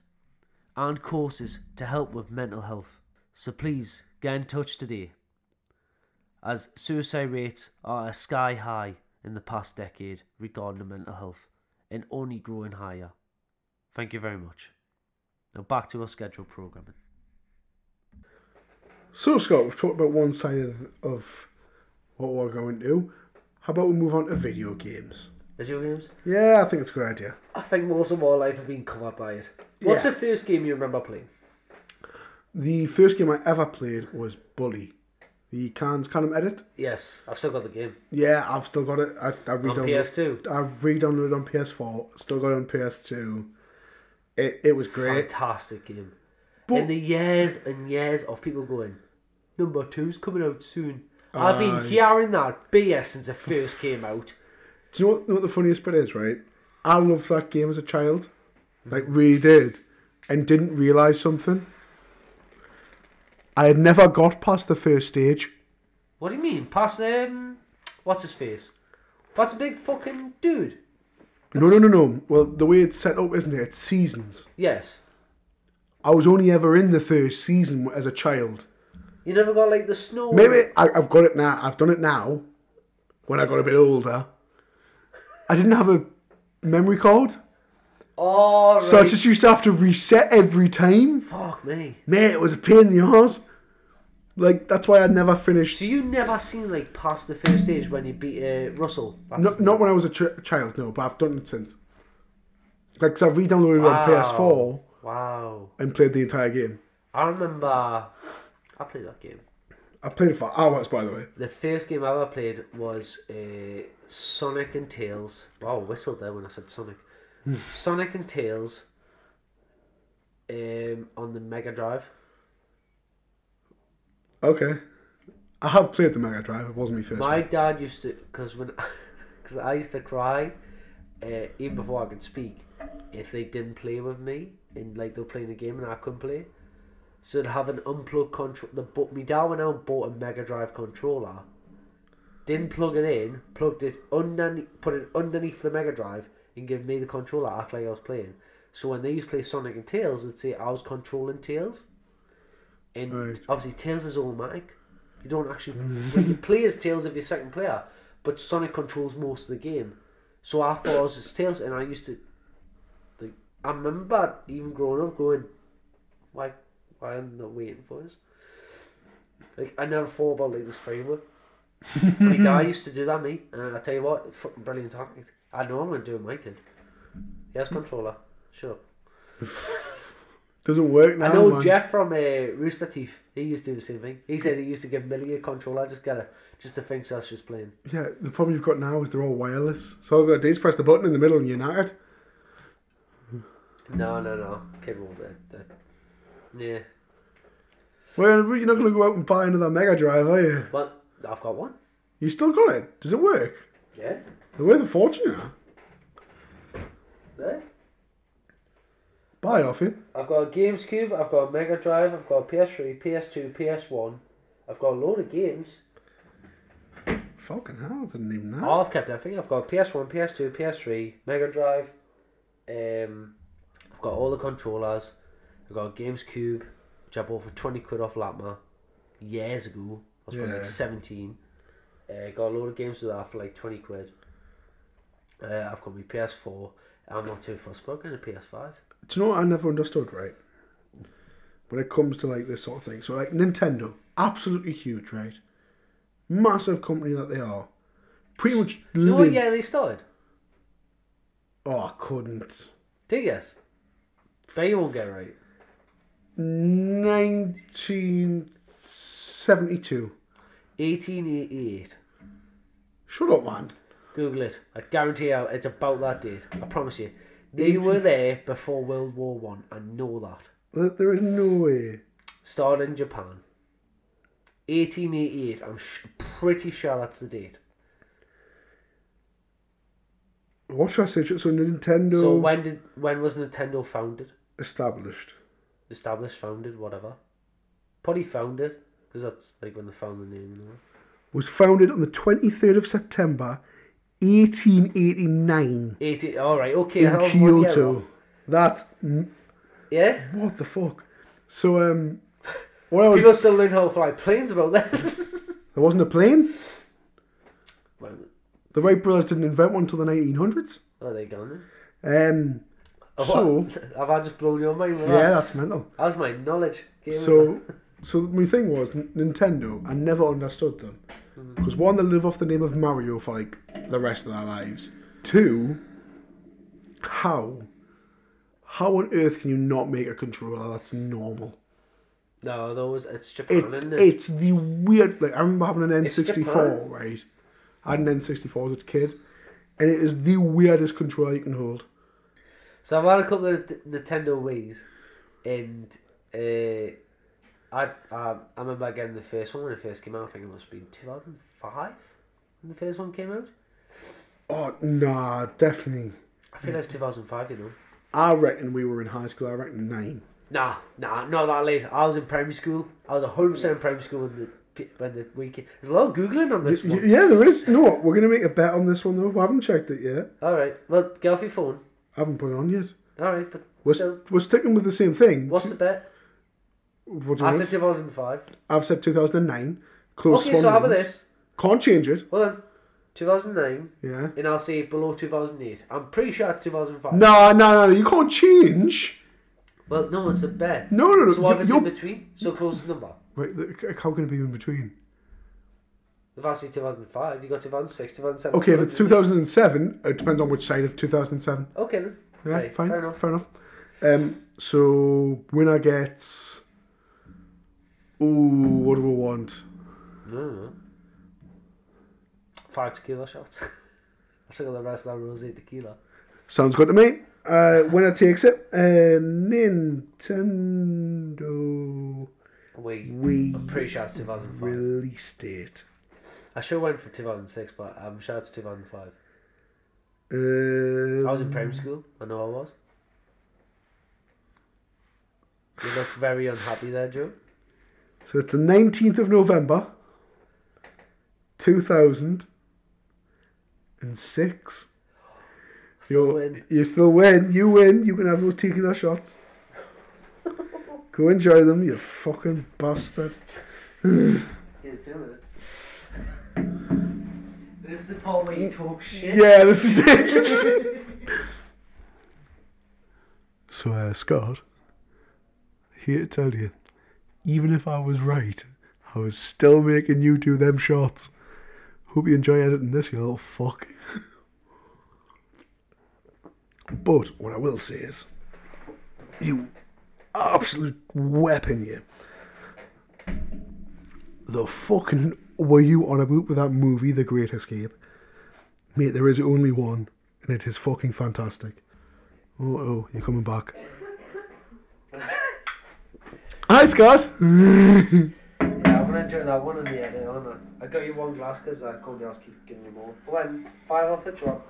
and courses to help with mental health. So please get in touch today as suicide rates are sky high in the past decade regarding mental health and only growing higher. Thank you very much. Now back to our scheduled programming.
So Scott, we've talked about one side of, of what we're going to. How about we move on to video games?
Video games?
Yeah, I think it's a good idea.
I think most of my life have been covered by it. What's
Yeah.
the first game you remember playing?
The first game I ever played was Bully. The Cannes Canem edit.
Yes, I've still got the game.
Yeah, I've still got it. I, I
On
redownloaded.
PS2.
I've redownloaded on PS4. Still got it on PS2. It it was great.
Fantastic game.
But-
In the years and years of people going, number two's coming out soon. I've been
Aye.
hearing that BS since it first came out.
Do you know what, know what the funniest bit is? Right, I loved that game as a child, like really did, and didn't realize something. I had never got past the first stage.
What do you mean? Past um, what's his face? Past a big fucking dude.
No, no, no, no. Well, the way it's set up, isn't it? It's seasons.
Yes.
I was only ever in the first season as a child.
You never got like the snow.
Maybe I, I've got it now. I've done it now. When I got a bit older, I didn't have a memory card,
Oh,
so I just used to have to reset every time.
Fuck me.
Mate, it was a pain in the arse. Like that's why I never finished.
So you never seen like past the first stage when you beat uh, Russell? That's
Not, not when I was a ch- child, no, but I've done it since. Like, so I re-downloaded it
Wow.
on PS4
Wow.
and played the entire game.
I remember. I played that game.
I played it for hours, by the way.
The first game I ever played was uh, Sonic and Tails. Wow, I whistled there when I said Sonic. Sonic and Tails um, on the Mega Drive.
Okay. I have played the Mega Drive. It wasn't my first
My
one.
dad used to, because when, because I used to cry, uh, even before I could speak, if they didn't play with me, and like they were playing a game and I couldn't play, so they'd have an unplugged control. They bought me down when I bought a Mega Drive controller. Didn't plug it in, plugged it underneath, put it underneath the Mega Drive, and give me the controller. Act like I was playing. So when they used to play Sonic and Tails, it'd say I was controlling Tails, and
Right.
obviously Tails is automatic. You don't actually when you play as Tails if you're second player, but Sonic controls most of the game. So I thought I was just Tails, and I used to. Like, I remember even growing up going, why, why am I not waiting for this? Like I never thought about like this framework. My dad used to do that, mate, and I tell you what, fucking brilliant tactic. I know I'm gonna do it, with my kid. He has controller. Shut up.
Doesn't work now.
I know
man.
Jeff from uh, Rooster Teeth. He used to do the same thing. He said he used to give Millie a controller just get a just to think that's just playing.
Yeah, the problem you've got now is they're all wireless. So all I've got to do is press the button in the middle and you're knackered.
No, no, no. Kid won't do that. Yeah.
Well, you're not going to go out and buy another Mega Drive, are you?
But I've got one.
You still got it. Does it work?
Yeah.
They're worth a fortune now.
There.
Buy it off you.
I've got a GamesCube, I've got a Mega Drive, I've got a PS3, PS2, PS1. I've got a load of games.
Fucking hell, I didn't even know.
Oh, I've kept everything. I've got a PS1, PS2, PS3, Mega Drive. Um, I've got all the controllers. I've got a GamesCube, which I bought for 20 quid off Latma years ago. I was probably
Yeah.
like 17. Uh, got a load of games with that for like 20 quid. Uh, I've got my PS4. I'm not too fussed about getting a PS5.
Do you know what I never understood, right? When it comes to like this sort of thing. So like Nintendo, absolutely huge, right? Massive company that they are. Pretty much
You know what
live-
year they started?
Oh, I couldn't.
Do you guess? Bet you won't get it right.
1972.
1888.
Shut up, man.
Google it. I guarantee you it's about that date. I promise you. They were there before World War One. I. know that.
There- There is no way.
Started in Japan. 1888. I'm sh- pretty sure that's the date.
What should I say? So Nintendo
So when did when was Nintendo founded?
established.
Established, founded, whatever. Probably founded because that's like when they found the name. And all.
Was founded on the 23rd of September, 1889
Eighty. All right. Okay. that
in
was one year
Kyoto.
off.
That's
Yeah.
What the fuck? So um, what I was
People still learn how to fly planes about that.
there wasn't a plane.
well,
The Wright brothers didn't invent one until the 1900s.
are they gone then?
Um,
Oh,
so
what? have I just blown your mind with
yeah,
that?
that's mental.
How's my knowledge? Game
So so my thing was N- Nintendo. I never understood them because one, they live off the name of Mario for like the rest of their lives. Two, how how on earth can you not make a controller that's normal?
No, those it's Japan,
it,
isn't it?
it's the weird. Like I remember having an
uh, It's Japan.
N64, right? I had an N64 as a kid, and it is the weirdest controller you can hold.
So I've had a couple of N- Nintendo Wii's, and uh, I, I I remember getting the first one when it first came out. I think it must have been two thousand five when the first one came out.
Oh nah, definitely.
I feel like two thousand five, you know.
I reckon we were in high school. I reckon nine.
Nah, nah, not that late. I was in primary school. I was hundred percent in primary school when the p- when the week. Came. There's a lot of googling on this
Y-
one.
Yeah, there is. You know what? We're gonna make a bet on this one though. We haven't checked it yet.
All right, well, get off your phone.
I haven't put it on yet.
All right, but
We're,
still,
we're sticking with the same thing.
what's the bet?
What do you
I
want?
said 2005.
I've said 2009. Close
Okay,
Swan
so how about
wins.
this?
Can't change it.
Hold on. 2009,
Yeah.
and I'll say below 2008. I'm pretty sure it's 2005.
No, no, no. You can't change.
Well, no, it's a bet.
No, no, no.
So what
you-
if it's
you're-
in between? So close the number.
Wait, the- how can it be in between?
If I say 2005, you got 2006, 2007.
Okay, if it's 2007, it depends on which side of 2007.
Okay then.
Yeah,
Right,
fine,
fair
fair
enough.
enough. Um, so winner gets. Ooh, what do we want?
No, no, no. Five tequila shots. I took all the rest of that rosé tequila.
Sounds good to me. Uh, winner takes it. Uh, Nintendo
We. I'm
Wii
pretty sure it's 2005.
release date.
I should have went for 2006, but I'm sure it's 2005.
Um,
I was in primary school. I know I was. You look very unhappy there, Joe.
So it's the 19th of November, 2006.
Still
You
win.
you still win. You win. You can have those tequila shots. Go enjoy them, you fucking bastard.
He's doing it. This is the part where you talk shit.
Yeah, this is it. so, uh, Scott, here to tell you, even if I was right, I was still making you do them shots. Hope you enjoy editing this, you little fuck. but what I will say is, you absolute weapon, you. The fucking were you on about with that movie, The Great Escape? Mate, there is only one, and it is fucking fantastic. Oh, oh, you're coming back. Hi, Scott.
Yeah, I'm gonna enjoy that one in the edit, aren't I? I got you one glass because I couldn't else keep giving you more. When five off the drop.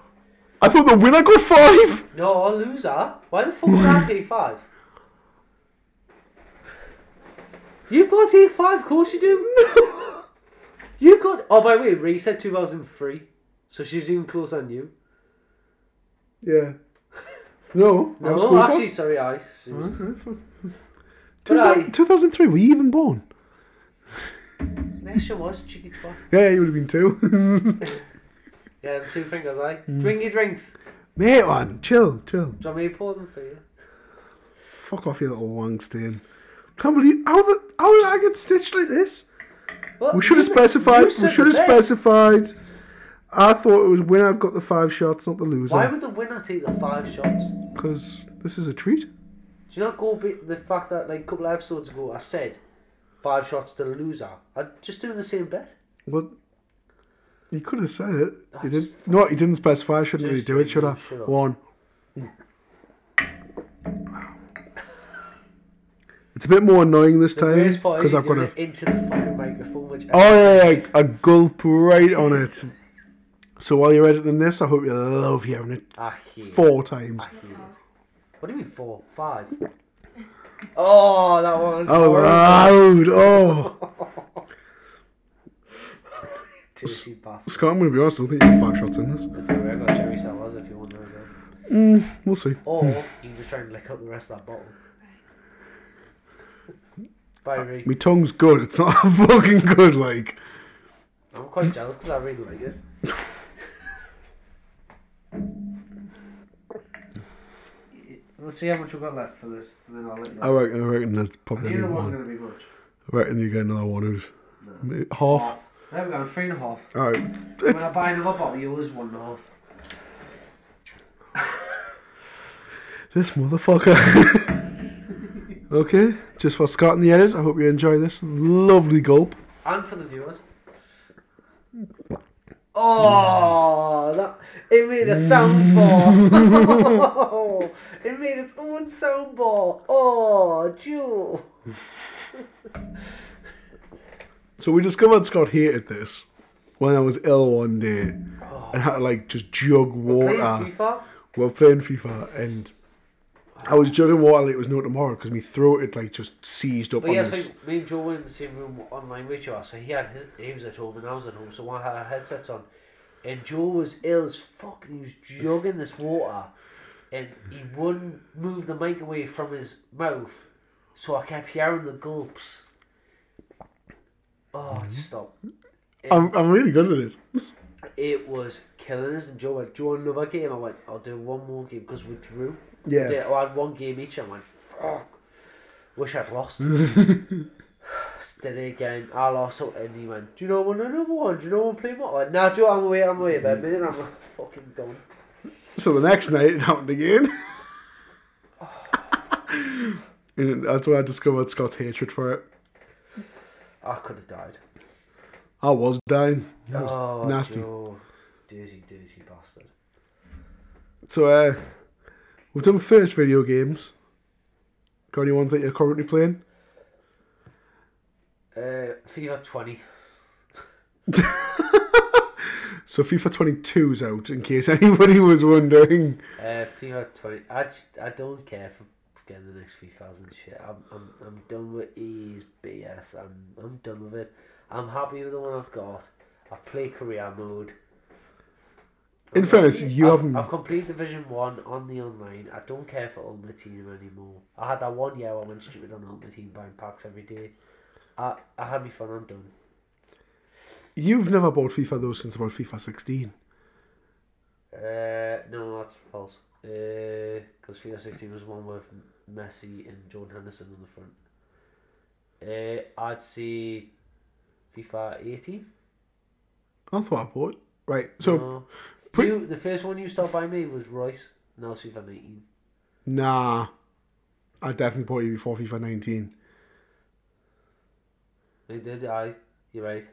I thought the winner got five.
No, loser. Why the fuck would I take five? You've got take five, of course you do. You've got. Oh, by the way, Ree said 2003, so she's even closer than you.
Yeah. No, that was
oh,
closer. Hmm?
actually, sorry, I. She was-
Okay, fine.
But I-
2000- 2003, were you even born?
Yes, she was, cheeky twat.
Yeah, you would have been two.
Yeah, the two fingers, aye.
Hmm.
Drink your drinks. Do
Mate, man, chill, chill.
you want me to pour them for you?
Fuck off, you little wang stain. Can't believe how the how did I get stitched like this?
Well,
We should have
you-
specified.
you
We
said
should have
the best.
specified. I thought it was winner I've got the five shots, not the
Why
loser.
would the winner take the five shots?
Because this is a treat.
Do you not go be the fact that like a couple of episodes ago I said five shots to the loser? I'm just doing the same bet.
Well, you could have said it. You
That's
did no. You didn't specify. I shouldn't
Just
really do it, should I?
you shut up.
One. It's a bit more annoying this
The
time
worst part is
because
you
I've got
do
a
it into the fucking microphone, which
Oh yeah, yeah, a gulp right on it. So while you're editing this, I hope you love hearing it
I hate.
four times.
I hate it. What do you mean four? Five? Oh, that one was.
Oh,
horrible.
loud! Oh.
Tasty bastard.
Scott, I'm going to be honest, I don't think you have five shots in this.
That's alright, I got cherry sours if you want to know.
Mm, we'll see.
Or you can just try and lick up the rest of that bottle. Bye, Ree.
My tongue's good, it's not fucking good, like.
I'm quite jealous because I really like it. We'll see how much we've got left for this, and then I'll let you
I
know.
reckon, I reckon there's probably only
Neither one's
one.
going to be much.
I reckon you get another one who's m- half.
There we go, three and a half.
Alright, it's,
When
it's,
I buy another bottle, you always one and a half.
this motherfucker. okay, just for Scott in the edit, I hope you enjoy this lovely gulp.
And for the viewers. Oh, that, it made a soundbar. it made its own soundbar. Oh, Jewel.
So we discovered Scott hated this when I was ill one day
Oh.
and had to like just jug
Playing
water.
FIFA?
We were playing FIFA and I was jugging water like it was no tomorrow because my throat had like just seized up
But
on
yes,
this.
like, me and Joe were in the same room online with you, so he had his he was at home and I was at home, so I had our headsets on. And Joe was ill as fuck and he was jugging this water and he wouldn't move the mic away from his mouth so I kept hearing the gulps. Oh, stop.
I'm, I'm really good at it.
It was killing us. And Joe went, Do you want another game? I went, I'll do one more game because we drew.
Yeah.
Yeah, I had one game each. I went, fuck. Wish I'd lost. Did it again. I lost it. And he went, Do you know what? Another one. Do you know what? Play more. I went, Nah, Joe, I'm away. I'm away. About a
Mm-hmm.
minute. I'm like, fucking gone.
So the next night it happened again. and that's when I discovered Scott's hatred for it.
I could have died.
I was dying. That was
oh,
nasty.
Joe. Dirty, dirty bastard.
So uh, we've done first video games. Got any ones that you're currently playing?
Uh, FIFA 20.
So FIFA 22 is out, in case anybody was wondering.
Uh, FIFA 20. I just, I don't care for getting the next FIFAs and shit. I'm, I'm, I'm done with EA's BS. I'm, I'm done with it. I'm happy with the one I've got. I play career mode.
In fairness, you
I've,
haven't.
I've completed Division 1 on the online. I don't care for Ultimate Team anymore. I had that one year where I went stupid on Ultimate Team buying packs every day. I, I had me fun, I'm done.
You've never bought FIFA though since about FIFA 16.
Uh, no, that's false. Uh, Because FIFA 16 was one with Messi and John Henderson on the front. Uh, I'd say FIFA 18.
I thought I bought. Right. So
No.
pre-
you, the first one you stopped by me was Royce. Now it's FIFA 18.
nah, I definitely bought you before FIFA 19.
They did, I. You're right.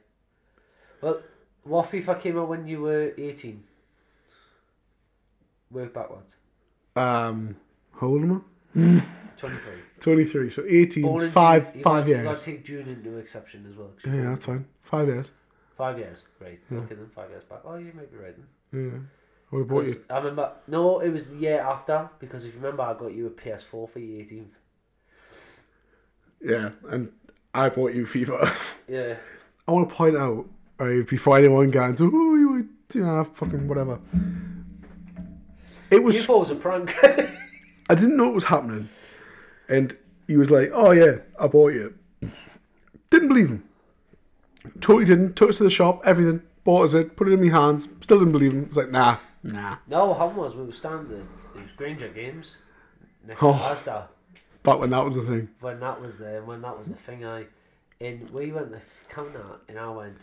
Well, what FIFA came out when you were 18? Work backwards.
Um, how old am
23.
I? 23. So 18, 's five
you
five
got, you got to
years.
take June into exception as well. 'cause you're
Yeah, that's fine. Five years.
Five years, right. Okay, then five years back. Oh, you might be right then.
Yeah. I would have bought
'Cause
you.
I remember, no, it was the year after, because if you remember, I got you a PS4 for your 18th.
Yeah, and I bought you FIFA.
Yeah.
I want to point out right, before anyone gets, oh, you were, you know, fucking whatever. It was.
You thought it was a prank.
I didn't know it was happening, and he was like, "Oh yeah, I bought you." Didn't believe him. Totally didn't. Took us to the shop, everything. Bought us it. Put it in my hands. Still didn't believe him. It's like, nah, nah.
no, what happened was we were standing there. It was Granger Games. Next
Oh.
to Asda.
Back when that was the thing.
When that was there, and when that was the thing, I. And we went to the counter, and I went,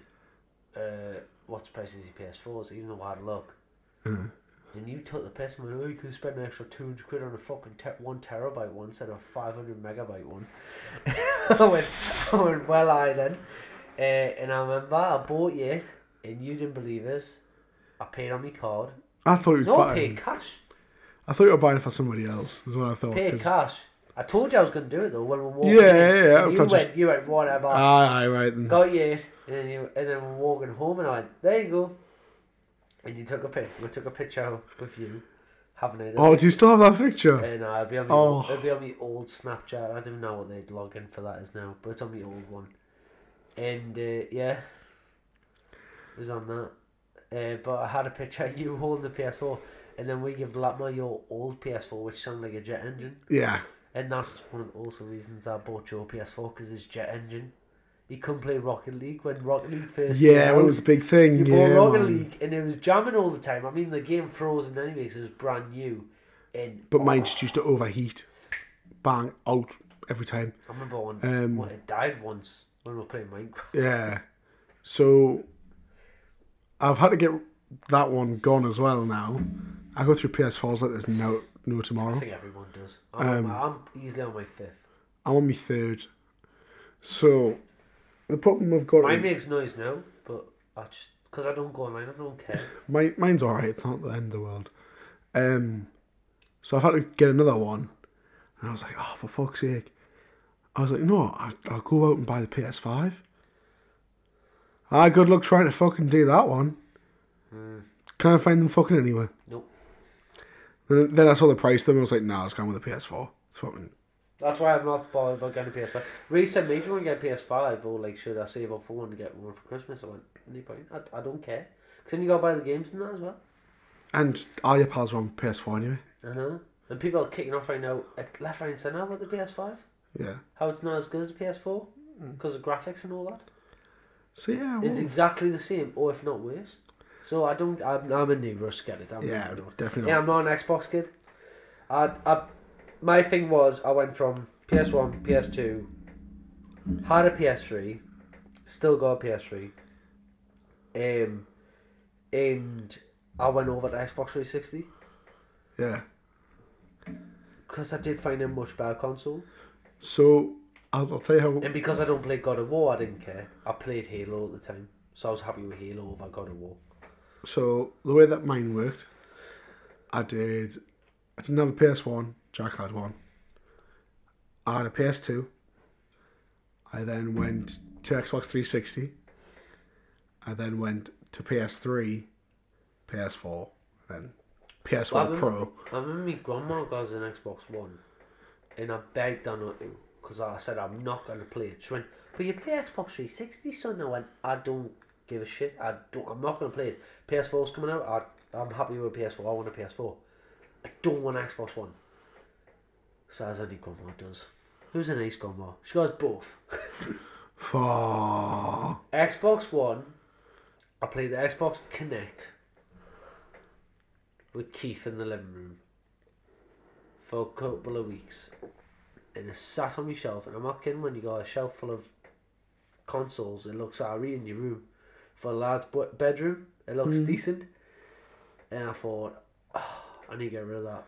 uh, what's the price of these PS4s? Even though I had a look.
Uh-huh.
And you took the piss and went, oh, you could spend an extra 200 quid on a fucking te- one terabyte one instead of a 500 megabyte one. I, went, I went, well, I then. Uh, and I remember I bought you it, and you didn't believe us. I paid on my card.
I thought you was
No, I
buying.
paid cash.
I thought you were buying it for somebody else. Is what I thought.
Paid
'cause-
cash. I told you I was going to do it though when we walked
Yeah,
in.
yeah, yeah,
And
I
you,
just-
went, you went, whatever.
Ah, Aye, aye, right then.
got you it. And then, you, and then we're walking home, and I went, there you go. And you took a pic. We took a picture with you having it.
Oh, do you still have that picture?
And uh, it'll be on my
Oh.
old, it'll be on my old Snapchat. I don't know what they'd log in for that is now, but it's on my old one. And uh, yeah, it was on that. Uh, but I had a picture of you holding the PS4, and then we give Latma your old PS4, which sounded like a jet engine.
Yeah.
And that's one of the also reasons I bought your PS4 because it's jet engine. You couldn't play Rocket League when Rocket League first. came
Yeah, when
out.
it was a big thing.
You
yeah,
bought Rocket
man.
League and it was jamming all the time. I mean, the game frozen anyway, because it was brand new. And
But mine just used to overheat. Bang, out every time.
I remember one,
Um,
one it died once when we were playing Minecraft.
Yeah. So I've had to get that one gone as well now. I go through PS4s like there's no no
I
tomorrow.
think everyone does. I'm,
um,
on my- I'm easily on my fifth.
I'm on my third. So the problem I've got
Mine
is
makes noise now, but I just because I don't go online, I don't care.
my, mine's alright, it's not the end of the world. Um so I've had to get another one. And I was like, oh for fuck's sake. I was like, no, I, I'll go out and buy the PS5. Ah, good luck trying to fucking do that one. Can't find them fucking anywhere.
Hmm. Nope.
Then, then I saw the price of them and I was like, nah, it's going with the PS4. It's fucking
That's why I'm not bothered about getting a PS5. Reece said, "Mate, do you want to get a PS5 or Oh, like should I save up for one to get one for Christmas?" I went, "No point. I, I don't care." Because then you got to buy the games and that as well.
and all your pals were on PS4 anyway.
I know. And people are kicking off right now, at left, right, and centre about the PS5.
Yeah.
How it's not as good as the PS4 because of graphics and all that.
So yeah,
It's
well,
exactly the same, or if not worse. So I don't. I'm, I'm a new rush kid. I'm
yeah,
really not.
definitely.
Yeah,
not.
I'm not an Xbox kid. I, I, my thing was I went from PS1, PS2, had a PS3, still got a PS3, um, and I went over to Xbox 360
Yeah.
because I did find it a much better console,
So I'll, I'll tell you how.
and because I don't play God of War, I didn't care. I played Halo at the time, so I was happy with Halo over God of War.
So the way that mine worked, I did. I didn't have a PS1. Jack had one. I had a PS2. I then went to Xbox 360. I then went to PS3, PS4, then PS4
Well, I remember-
Pro.
I remember my grandma got us an Xbox One, and I begged her not to, because I said I'm not going to play it. She went, "But you play Xbox 360, son." I went, "I don't give a shit. I don't. I'm not going to play it. PS4's coming out. I, I'm happy with PS4. I want a PS4. I don't want Xbox One." So as any grandma does. Who's an ace grandma? She goes both.
Oh,
Xbox One. I played the Xbox Connect with Keith in the living room for a couple of weeks, and it sat on my shelf. And I'm not kidding. When you got a shelf full of consoles, it looks airy in your room. For a large bu- bedroom, it looks decent. And I thought, oh, I need to get rid of that.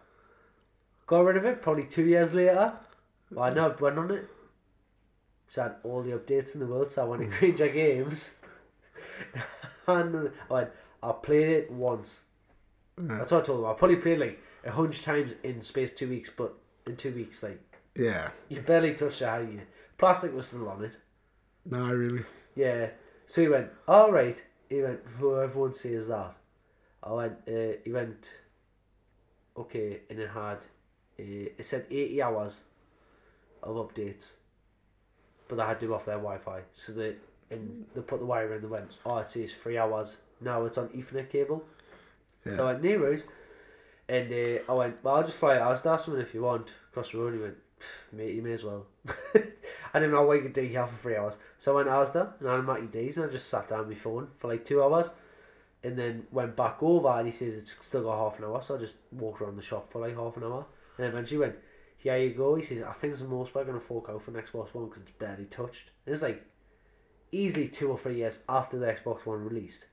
Got rid of it. Probably two years later. Well, I know I went on it. So I had all the updates in the world. So I went to Granger Games. and I went, I played it once. That's what I told them. I probably played like a hundred times in space two weeks, but in two weeks, like
yeah.
you barely touched it. How you plastic was still on it.
No, I really.
Yeah. So he went, all right. He went, who everyone says that. I went, uh, he went, okay, and it had, uh, it said 80 hours of updates, but they had to do off their Wi-Fi. So they, and they put the wire in, they went, oh, it says three hours. Now it's on Ethernet cable. So I went, no worries. And uh, I went, well, I'll just fly Asda someone if you want. Across the road, and he went, "Pff, mate, you may as well. I didn't know what you could do here for three hours. So I went Asda, and I had Matty D's, and I just sat down on my phone for like two hours. And then went back over, and he says it's still got half an hour. So I just walked around the shop for like half an hour. And eventually went, here you go. He says, I think it's the most we're going to fork out for an Xbox One because it's barely touched. And it's like easily two or three years after the Xbox One released.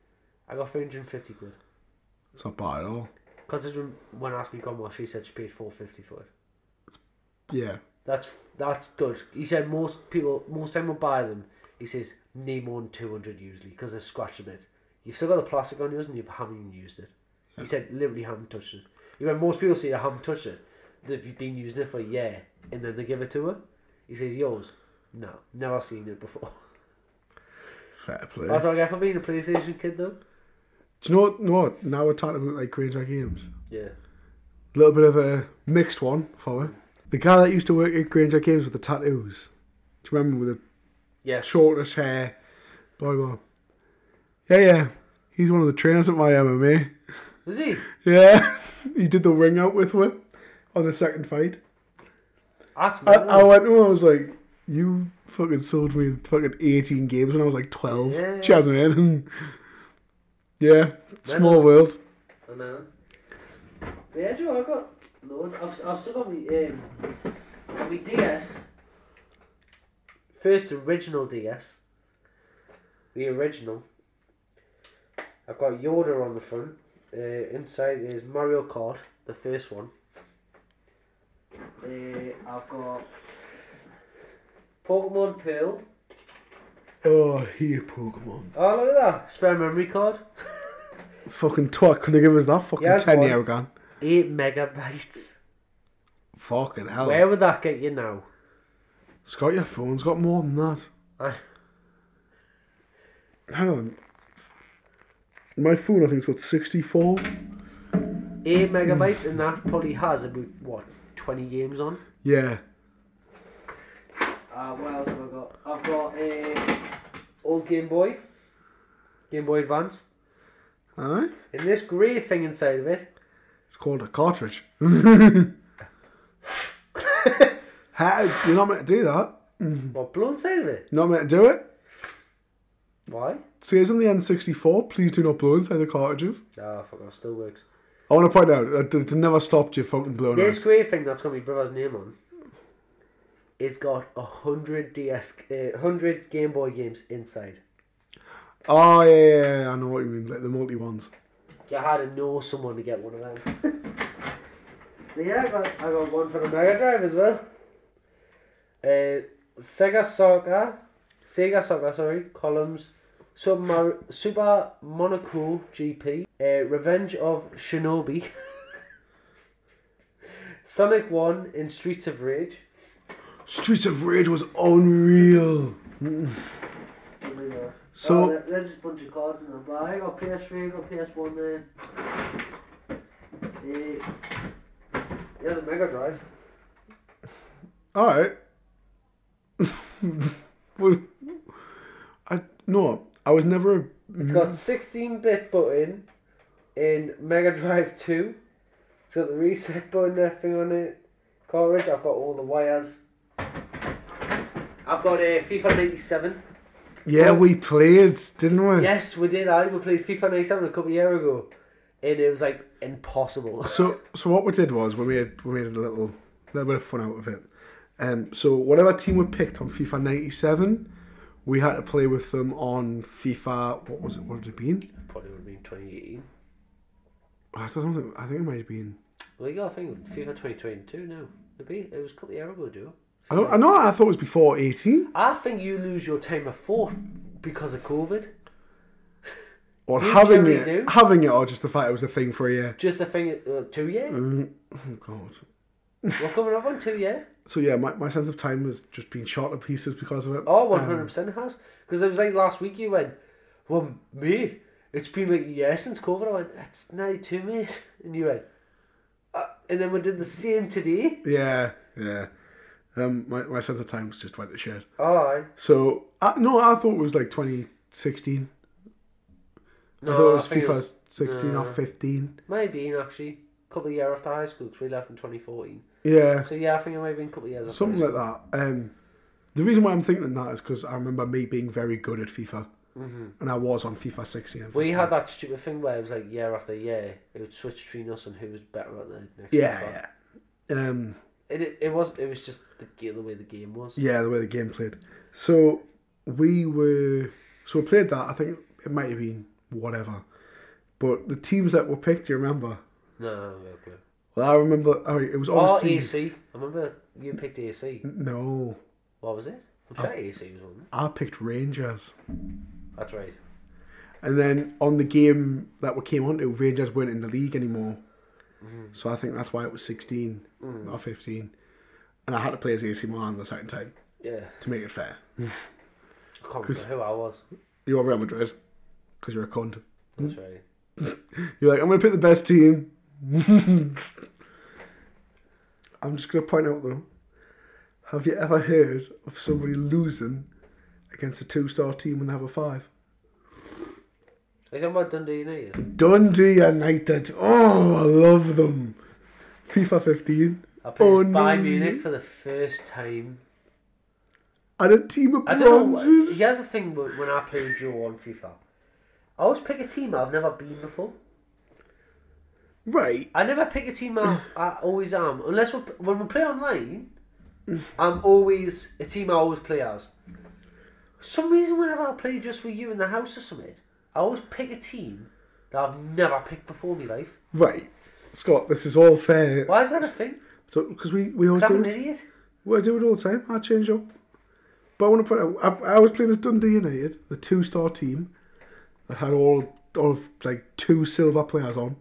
I got 350 quid.
It's not bad at all.
Considering when I asked me grandma, she said she paid four fifty for it.
Yeah.
That's that's good. He said most people, most time will buy them. He says name one two hundred usually because they're scratched a bit. You've still got the plastic on yours and you haven't even used it. He said literally haven't touched it. He went most people say I haven't touched it. They've been using it for a year and then they give it to her. He says yours. No, never seen it before.
Fair play.
That's what I get for being a PlayStation kid though.
Do you know what? No, now we're talking about like Granger Games.
Yeah.
A little bit of a mixed one for it. The guy that used to work at Granger Games with the tattoos. Do you remember with
Yeah.
the shortest hair? Blah blah. Yeah, yeah. He's one of the trainers at my MMA.
Was he?
Yeah, he did the ring out with me on the second fight.
That's
I, I
mad.
went to him. I was like, "You fucking sold me fucking eighteen games when I was like twelve,
Yeah.
Jasmine." yeah, small
Well-
world.
I know. But yeah, do you know, I've got loads. I've, I've still got my, um, my DS. First original DS. The original. I've got Yoda on the front. Uh, inside is Mario Kart, the first one. Uh, I've got Pokemon Pearl.
Oh, here Pokemon.
Oh, look at that. Spare memory card.
Fucking twat couldn't give us that fucking
Yeah, it's
ten
fine.
year gun.
8 megabytes.
Fucking hell.
Where would that get you now?
Scott, your phone's got more than that. Hang on. My phone, I think's got sixty-four.
eight megabytes, and that probably has about what twenty games on.
Yeah.
Uh, what else have I got? I've got a old Game Boy, Game Boy Advance,
Aye.
and this grey thing inside of it.
It's called a cartridge. yeah. How? You're not meant to do that.
What, blindside of it?
You're not meant to do it.
Why?
So here's on the N64. Please do not blow inside the cartridges.
Ah, fuck off, still works.
I want to point out that it never stopped you fucking blowing
The
out.
square thing that's got my brother's name on, it's got a hundred DS, uh, hundred Game Boy games inside.
Oh yeah, yeah, yeah, I know what you mean. Like the multi ones.
You had to know someone to get one of them. But yeah, I got, I got one for the Mega Drive as well. Uh, Sega Saga, Sega Saga, sorry, Columns, Super, Mar- Super Monaco GP, uh, Revenge of Shinobi, Sonic 1 in Streets of Rage,
Streets of Rage was unreal. So-
oh, they're, they're just a bunch of cards in a bag. I got PS3, I got PS1 there. Uh, he has a Mega Drive.
All right. well, I no, I was never. a-
It's got 16-bit button in Mega Drive 2. It's got the reset button, everything on it. Cartridge. I've got all the wires. I've got a uh, FIFA 97.
Yeah, we played, didn't we?
Yes, we did. I we played FIFA 97 a couple of years ago, and it was like impossible.
So, so what we did was we made we made a little little bit of fun out of it. Um, so whatever team we picked on FIFA '97, we had to play with them on FIFA. What was it? What had it been?
Probably would have been 2018.
I don't know. I think it might have been.
Well, you got to think FIFA 2022 now. It'd be, it was a couple of years ago, dude.
I don't. I know. I thought it was before '18.
I think you lose your time of four because of COVID.
Or
You
having
generally
it,
do.
having it, or just the fact it was a thing for a year.
Just a thing, uh, two year.
Mm, Oh God.
We're coming up on two year.
So yeah, my, my sense of time has just been shot to pieces because of it.
Oh,
Um,
100% it has. Because it was like last week you went, well, mate, it's been like a year since COVID. I went, it's now two, mate. And you went, uh, and then we did the same today.
yeah, yeah. Um, my, my sense of time just went to shit.
Oh,
So I, no, I thought it was like 2016.
no,
I thought it was
think
FIFA 16
no.
or 15.
Maybe, actually, a couple of years after high school because we left in 2014.
Yeah,
So yeah, I think it might have been a couple of years after
something like that. Um, the reason why I'm thinking that is because I remember me being very good at FIFA,
Mm-hmm.
and I was on FIFA 16. And
We
15.
had that stupid thing where it was like year after year, it would switch between us and who was better at the next.
Yeah,
spot.
yeah. Um,
It, it it was it was just the, ga- the way the game was.
Yeah, the way the game played. So we were so we played that. I think it might have been whatever, but the teams that were picked, do you remember?
No, okay.
Well, I remember. Oh, it was
Or
obviously
AC. I remember you picked AC.
no.
What was it? I'm sure
Oh.
AC was one.
I picked Rangers,
That's right.
and then on the game that we came onto, Rangers weren't in the league anymore. So I think that's why it was sixteen or fifteen, and I had to play as AC Milan the second time
Yeah.
to make it fair.
I can't remember who I was.
You're Real Madrid because you're a cunt.
That's
Hmm?
right.
You're like, I'm gonna pick the best team. I'm just gonna point out though, have you ever heard of somebody losing against a two-star team when they have a five?
Are you talking about Dundee United?
Dundee United. Oh, I love them. FIFA 15.
I played
Oh, no.
Bayern Munich for the first time.
And a team of
I don't know. wh-
bronzes.
Here's the thing with- when I play Joe on FIFA. I always pick a team I've never been before.
Right.
I never pick a team I, I always am. Unless we when we play online, I'm always a team I always play as. Some reason whenever I play just with you in the house or something, I always pick a team that I've never picked before in my life.
Right. Scott, this is all fair.
Why is that a thing?
Because we, we all
Is that
do
an
it.
idiot?
Well, I do it all the time. I change up. But I want to put out, I, I was playing as Dundee United, the two star team that had all, all of, like two silver players on,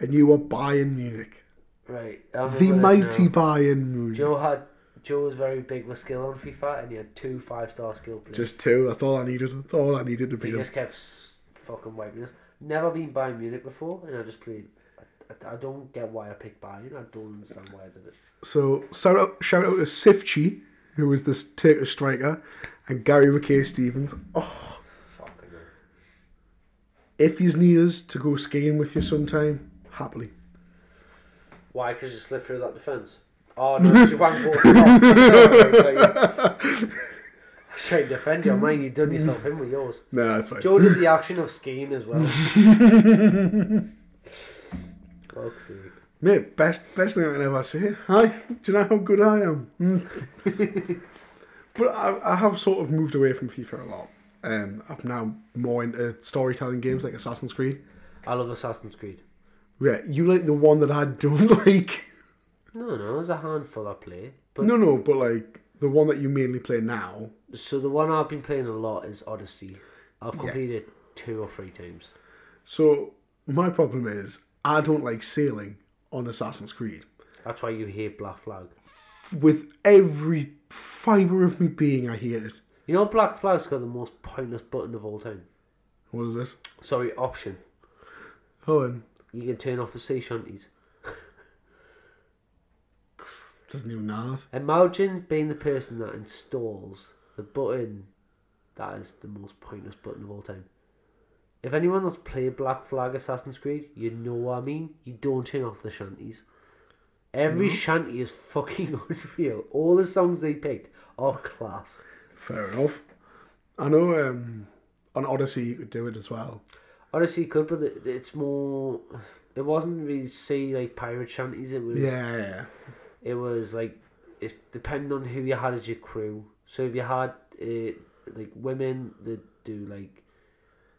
and you were Bayern Munich.
Right. I
The
remember this
mighty
now.
Bayern Munich.
Joe had Joe was very big with skill on FIFA, and he had two five star skill players.
Just two, that's all I needed. That's all I needed to
he
beat them.
just kept s- fucking wiping us. Never been Bayern Munich before, and I just played. I, I- I don't get why I picked Bayern. I don't understand why I did it.
So shout out, shout out to Sifchi, who was this Turkish striker, and Gary McKay Stevens. Oh,
Fucking hell.
if you need us to go skiing with you sometime, happily.
Why? Because you slipped through that defence. Oh no, she won't walk. Oh, I'll try and defend your mind. You've done yourself in with yours.
no, it's fine.
Joe does the action of skiing as well. Fuck's sake.
Mate, best best thing I can ever say. Hi, do you know how good I am? Mm. but I, I have sort of moved away from FIFA a lot. Um, I'm now more into storytelling games like Assassin's Creed.
I love Assassin's Creed.
Yeah, you like the one that I don't like.
No, no, there's a handful I play. But
No, no, but like the one that you mainly play now.
so the one I've been playing a lot is Odyssey. I've completed it two or three times.
So my problem is I don't like sailing on Assassin's Creed.
That's why you hate Black Flag.
With every fiber of me being, I hate it.
You know Black Flag's got the most pointless button of all time.
What is this?
Sorry, option.
Oh, and
You can turn off the sea shanties.
doesn't even know that.
Imagine being the person that installs the button that is the most pointless button of all time. If anyone that's played Black Flag Assassin's Creed, you know what I mean. You don't turn off the shanties. Every shanty is fucking unreal. All the songs they picked are class.
Fair enough. I know um, on Odyssey you could do it as well.
Honestly, could, but it- it's more. It wasn't really say like pirate shanties. It was.
Yeah, yeah.
it was like it depended on who you had as your crew. So if you had uh, like women that do like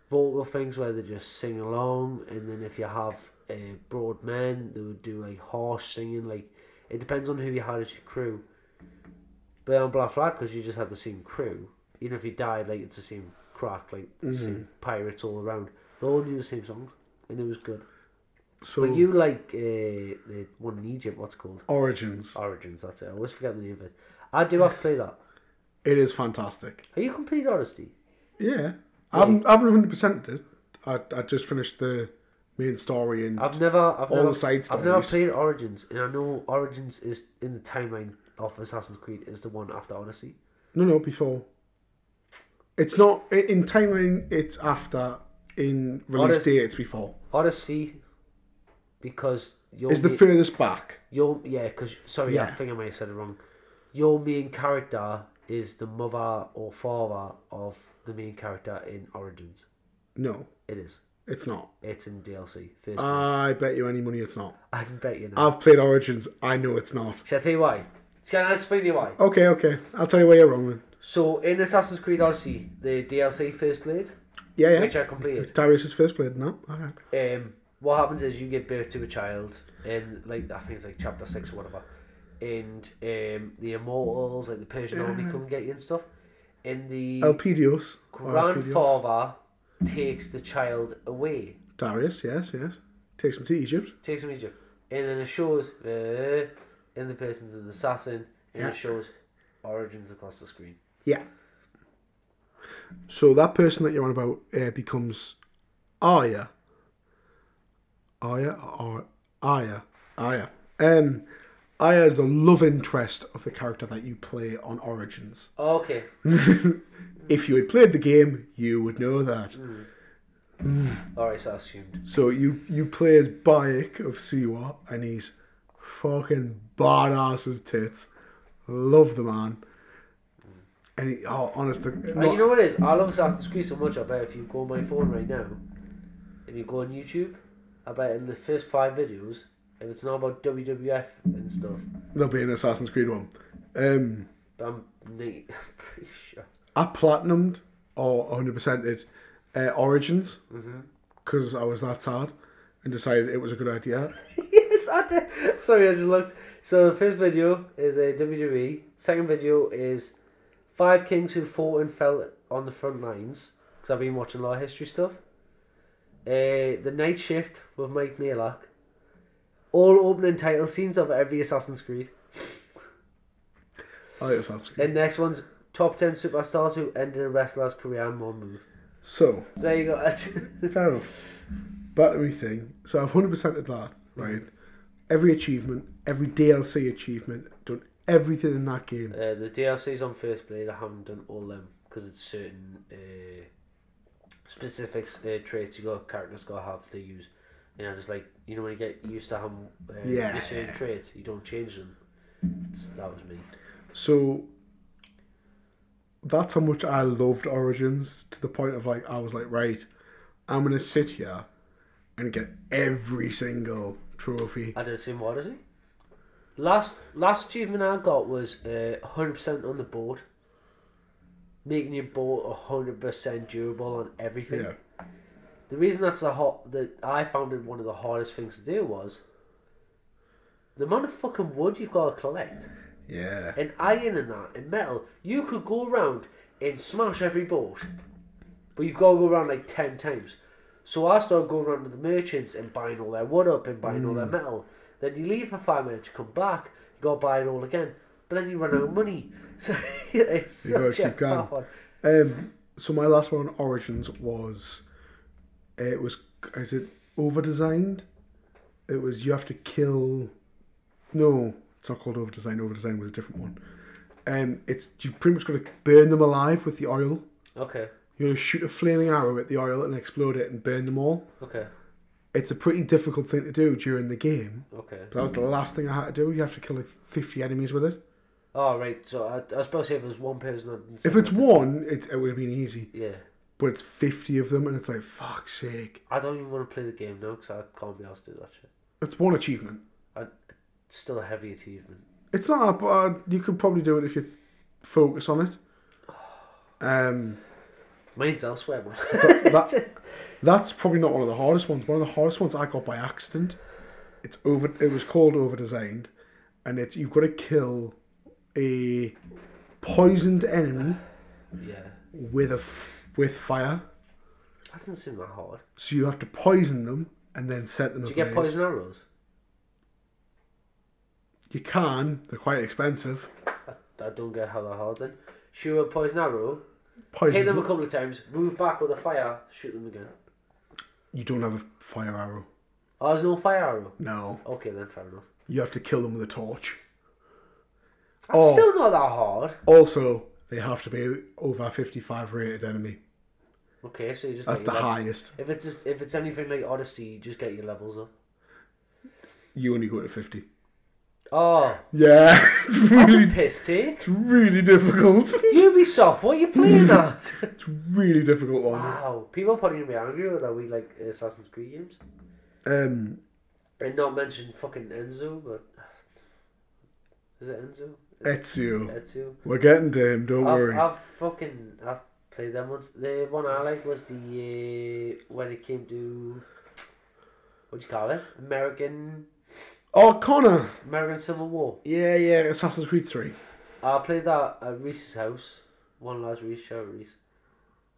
vocal things where they just sing along, and then if you have uh, broad men, they would do like harsh singing. Like it depends on who you had as your crew. But on Black Flag, because you just had the same crew, even if you died, like it's the same crack, like the same pirates all around. They all knew the same songs, and it was good.
So
But you like uh, the one in Egypt? What's it called?
Origins,
Origins, that's it. I always forget the name of it. I do have to play that.
it is fantastic.
Are you complete honesty?
Yeah, I haven't, I haven't hundred percent it. I I just finished the main story and
I've never, I've
All
never,
the side
I've never
stories.
played Origins, and I know Origins is in the timeline of Assassin's Creed is the one after Odyssey.
no no before. It's not i- in timeline. It's after in release
Odyssey-
date. It's before.
Odyssey, because your
It's the
main-
furthest back.
your yeah, because sorry, I
Yeah.
think I may have said it wrong. Your main character is the mother or father of the main character in Origins.
No,
It is.
it's not.
It's in DLC.
Uh,
First one.
I bet you any money it's not.
I can bet you know.
I've played Origins. I know it's not.
Shall I tell you why? Shall I explain to you why?
Okay, okay. I'll tell you where you're wrong then.
So in Assassin's Creed Odyssey, the DLC First Blade,
Yeah, yeah.
which I completed,
Darius is first played. No, all right.
um, what happens is you give birth to a child in like I think it's like chapter six or whatever, and um, the immortals like the Persian army come and get you and stuff. And the
Elpidios. or Elpidios.
grandfather takes the child away,
Darius, yes, yes. Takes him to Egypt.
takes him to Egypt, and then it shows, uh, and the person's an assassin, and
Yeah.
it shows origins across the screen.
Yeah. So that person that you're on about uh, becomes Arya. Arya or Arya. Arya. Um, Arya is the love interest of the character that you play on Origins.
Okay,
if you had played the game, you would know that.
all right, so I assumed.
So you you play as Bayek of Siwa, and he's fucking badass as tits. Love the man. And he, oh, honestly,
And you know what it is? I love Assassin's Creed so much. I bet if you go on my phone right now and you go on YouTube, I bet in the first five videos, if it's not about WWF and stuff,
there'll be an Assassin's Creed one. Um,
I'm neat. pretty sure.
I platinumed or 100%ed uh, Origins because I was that sad and decided it was a good idea.
yes, I did. Sorry, I just looked. So the first video is a WWE. Second video is five kings who fought and fell on the front lines because I've been watching a lot of history stuff. Uh, the night shift with Mike Malak. All opening title scenes of every Assassin's Creed.
I like Assassin's Creed.
Then next one's top ten superstars who ended a wrestler's career in one move.
So,
So there you go. Uh, That's-
Fair enough. Battery thing. So I've hundred percented that, right? Every achievement, every DLC achievement, done everything in that game.
uh, the DLCs on First Blade, I haven't done all them because it's certain uh, specific uh, traits you got characters got to have to use. And I just like you know when you get used to having uh,
Yeah.
your certain traits, you don't change them. That was me.
So that's how much I loved Origins to the point of like I was like, right, I'm gonna sit here and get every single trophy.
I did the same one as he. Last last achievement I got was uh, 100% on the board. Making your board 100% durable on everything.
Yeah.
The reason that's the hot that I found it one of the hardest things to do was the amount of fucking wood you've got to collect
Yeah.
and iron and that and metal. You could go around and smash every board, but you've got to go around like ten times. So I started going around to the merchants and buying all their wood up and buying all
Mm.
their metal. Then you leave for five minutes, you come back, you got to buy it all again. But then you run out of money. So it's
You gotta
such a
keep going.
far one.
Um, so my last one on Origins was it was is it over designed? It was you have to kill. No, it's not called over design. Over design was a different one. Um, it's you pretty much got to burn them alive with the oil.
Okay,
You're gonna shoot a flaming arrow at the oil and explode it and burn them all.
okay,
It's a pretty difficult thing to do during the game.
okay.
But that was the last thing I had to do. You have to kill like 50 enemies with it.
All right. So I, I suppose if there's one person, that didn't say
If it's
nothing-
one, it, it would have been easy.
yeah.
But it's 50 of them, and it's like, fuck's sake.
I don't even want to play the game now because I can't be asked to do that shit.
It's one achievement.
It's still a heavy achievement.
It's not that bad. You could probably do it if you th- focus on it. Um,
Mine's elsewhere, man.
that- that's probably not one of the hardest ones. One of the hardest ones I got by accident. It's over. It was called over designed, and it's you've got to kill a poisoned enemy
yeah,
with a f- with fire.
that doesn't seem that hard.
So you have to poison them and then set them
Do you
ablaze.
get poison arrows?
You can. They're quite expensive.
I don't get how that hard then. Shoot a poison arrow,
Poison.
hit them a couple of times, move back with a fire, shoot them again.
You don't have a fire arrow.
Oh, there's no fire arrow.
No.
Okay, then fair enough.
You have to kill them with a torch.
That's
Oh.
still not that hard.
Also, they have to be over 55 rated enemy.
Okay, so you just
That's
get
the
your level-
highest.
If it's just, if it's anything like Odyssey, you just get your levels up.
You only go to 50.
Oh,
Yeah, it's really,
pissed here.
it's really difficult.
Ubisoft, what are you playing at?
It's really difficult one.
wow, people are probably gonna be angry with that we like Assassin's Creed games.
Um,
And not mention fucking Enzo, but is it Enzo?
Ezio.
Ezio.
We're getting to him. Don't worry.
I've, I've fucking I've played them once. The one I like was the uh, when it came to what do you call it? American
Oh, Connor.
American Civil War.
Yeah, yeah. Assassin's Creed 3.
I played that at Reese's house. One last Reese, shout out Reese,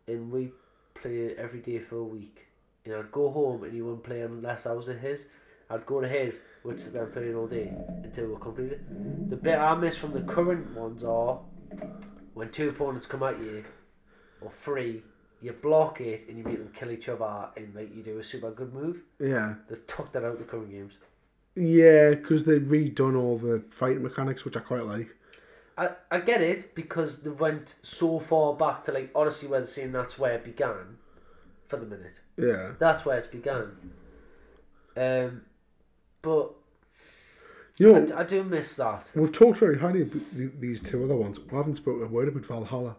and we played it every day for a week. And I'd go home and he wouldn't play unless I was at his. I'd go to his, we'd sit there and play it all day until we completed. it. The bit I miss from the current ones are when two opponents come at you, or three, you block it and you make them kill each other and like you do a super good move.
Yeah.
They took that out of the current games.
Yeah, because they've redone all the fighting mechanics, which I quite like.
I, I get it because they went so far back to like Odyssey where they're saying that's where it began for the minute.
Yeah.
That's where it's began. Um, but
You know,
I, I do miss that.
we've talked very highly about th- these two other ones. We haven't spoken a word about Valhalla.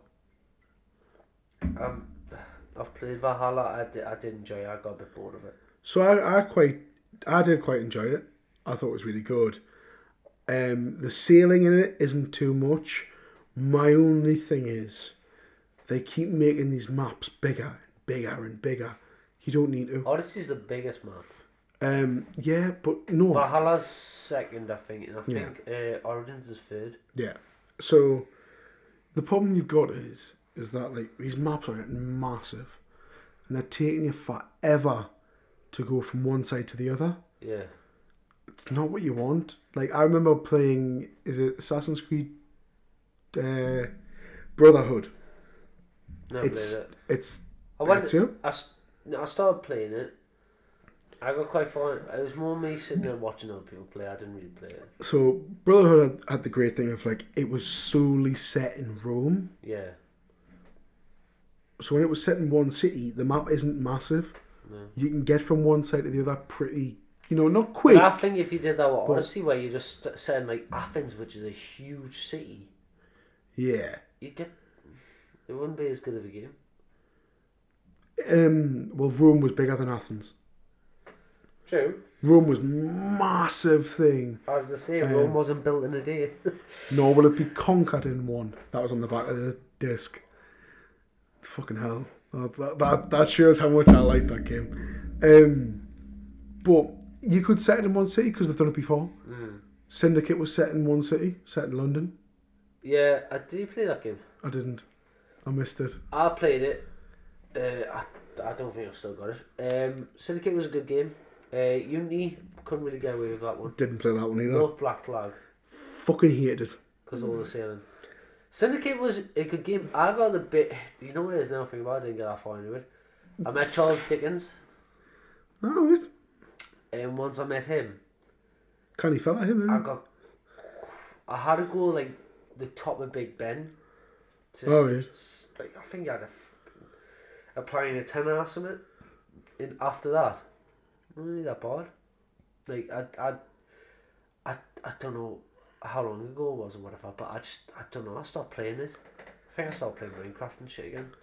Um, I've played Valhalla. I did, I did enjoy it. I got a bit bored of it.
So I, I quite, I did quite enjoy it. I thought it was really good. Um, the sailing in it isn't too much. My only thing is, they keep making these maps bigger, bigger and bigger. You don't need to.
Odyssey's the biggest map.
Um, yeah, but no.
Valhalla's second, I think, and I
Yeah.
think uh, Origins is third.
Yeah. So the problem you've got is is that like these maps are getting massive, and they're taking you forever to go from one side to the other.
Yeah.
It's not what you want. Like I remember playing is it Assassin's Creed uh, Brotherhood.
No,
It's
played it.
it's
I went.
that's you?
I, s- no, I started playing it. I got quite far. It was more me sitting there watching other people play. I didn't really play it.
so Brotherhood had, had the great thing of like it was solely set in Rome.
Yeah.
So when it was set in one city, the map isn't massive.
No.
You can get from one side to the other pretty You know, not quick.
But I think if you did that with Odyssey, where you just st- saying like Athens, which is a huge city,
Yeah.
you get it wouldn't be as good of a game.
Um, well, Rome was bigger than Athens.
True.
Rome was massive thing.
As they say, Rome wasn't built in a day.
Nor will it be conquered in one. That was on the back of the disc. Fucking hell. That, that, that, that shows how much I like that game. Um, but you could set it in one city because they've done it before. Syndicate was set in one city, set in London.
yeah, I, did you play that game?
I didn't. I missed it.
I played it. Uh, I, I don't think I've still got it. Um, Syndicate was a good game. Uh, Unity couldn't really get away with that one.
Didn't play that one either.
Love Black Flag
Fucking hated it.
because all the sailing. Syndicate was a good game. I got the bit. You know what it is now? I think about it, I didn't get that far into it. I met Charles Dickens,
Oh, it's
and once I met him,
canny fella him. eh?
I
isn't
got. I had to go like the top of Big Ben. To
Oh,
s-
yes.
s- Like I think I had a, f- a playing a ten or something. And after that, really that bad. Like I, I, I, I don't know how long ago it was or whatever, but I just I don't know. I stopped playing it. I think I stopped playing Minecraft and shit again.
he?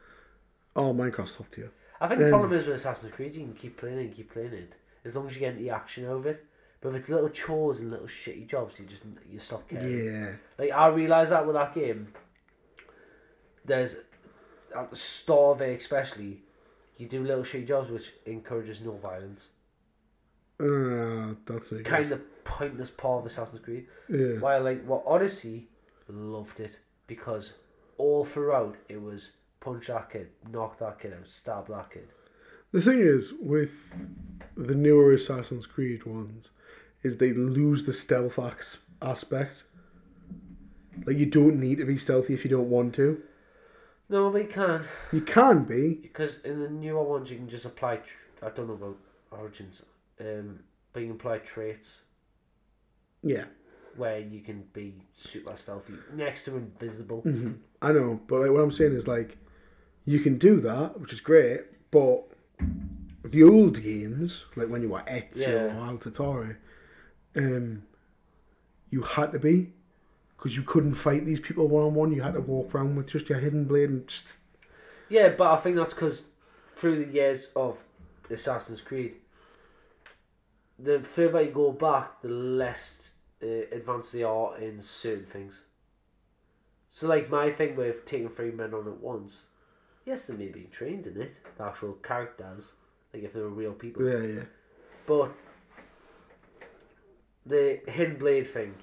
Oh, Minecraft's top tier.
I think the
Um,
problem is with Assassin's Creed, you can keep playing it and keep playing it as long as you get the action of it. But if it's little chores and little shitty jobs, you just you stop caring.
Yeah.
Like I realise that with that game, there's at the start of it especially, you do little shitty jobs which encourages no violence.
Uh, that's it.
Kind of pointless part of Assassin's Creed.
Yeah.
While like what Odyssey loved it because all throughout it was punch that kid, knock that kid out, stab that kid.
The thing is, with the newer Assassin's Creed ones, is they lose the stealth ax- aspect. Like, you don't need to be stealthy if you don't want to.
No, but you can
You can be.
because in the newer ones you can just apply. Tr- I don't know about Origins, um, but you can apply traits.
Yeah.
where you can be super stealthy next to invisible.
I know, but like, what I'm saying is, like, you can do that, which is great, but the old games, like when you were Ezio
Yeah.
or Altatore, um, you had to be, because you couldn't fight these people one on one. You had to walk around with just your hidden blade and just
Yeah, but I think that's because through the years of Assassin's Creed, the further you go back, the less uh, advanced they are in certain things. So, like my thing with taking three men on at once, yes, they may be trained in it, the actual characters, like if they were real people.
Yeah, yeah.
But the hidden blade thing,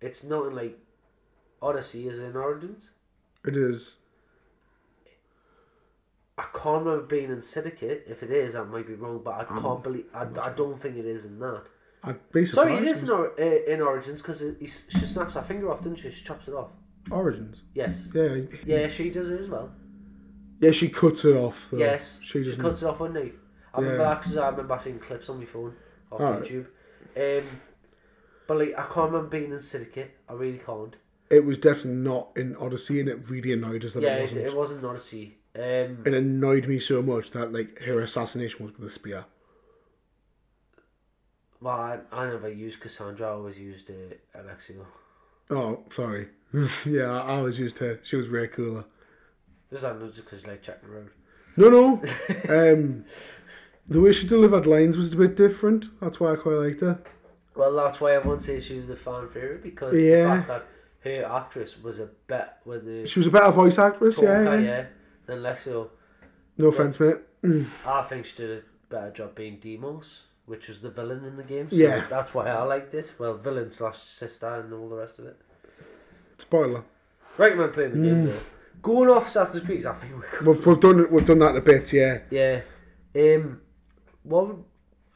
it's not in like Odyssey, is it in Origins?
It is.
I can't remember being in Syndicate. If it is, I might be wrong, but I can't believe. I, I don't think it is in that.
I'd be
Sorry, it
surprised
is in,
if
or, uh, in Origins because she snaps her finger off, doesn't she? She chops it off.
it's Origins.
Yes.
Yeah.
Yeah, she does it as well.
Yeah, she cuts it off. Though.
yes.
She
She
doesn't.
cuts it off with a knife. I remember
Yeah.
that 'cause I remember seeing clips on my phone off
Alright.
YouTube. Um, but like, I can't remember being in Syndicate. I really can't.
It was definitely not in Odyssey, and it really annoyed us that
yeah,
it
it,
wasn't. It,
it wasn't Odyssey. Um,
annoyed me so much that like her assassination was with a spear.
well, I, I never used Cassandra. I always used uh, Alexio.
Oh, sorry. yeah, I I was just her. She was way cooler.
Just that just because like check the road.
No, no. um, the way she delivered lines was a bit different. That's why I quite liked her.
Well, that's why everyone says she was the fan favorite because
Yeah.
the fact that her actress was a bet with the
She was a better voice actress.
talker,
Yeah, yeah.
than Lexio.
No offense, mate. Mm.
I think she did a better job being Demos, which was the villain in the game. So
Yeah.
that's why I liked it. Well, villain slash sister and all the rest of it.
Spoiler.
Recommend playing the
Mm.
game though. Going off Assassin's Creed, I think we're
We've, we've done it. We've done that a bit. Yeah.
Yeah. Um. What would,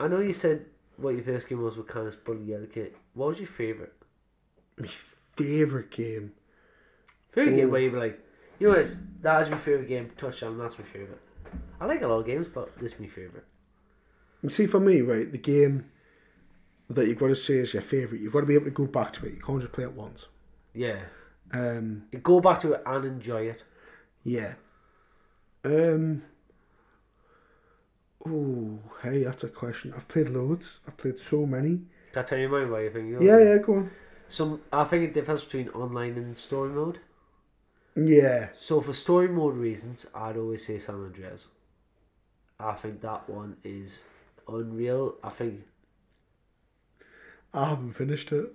I know you said what your first game was with kind of Bully Yellow Kit. What was your favorite?
My favorite game.
Favorite game where you were like, you know, what, it's, that is my favorite game. Touchdown. That's my favorite. I like a lot of games, but this is my favorite.
You see, for me, right, the game that you've got to say is your favourite, you've got to be able to go back to it. You can't just play it once.
Yeah.
Um,
You go back to it and enjoy it.
yeah. Um, Oh, hey, that's a question. I've played loads. I've played so many.
Can I tell you mine why you think?
Yeah, yeah, go on.
Some I think the difference between online and story mode.
Yeah,
So for story mode reasons, I'd always say San Andreas. I think that one is unreal. I think
I haven't finished it.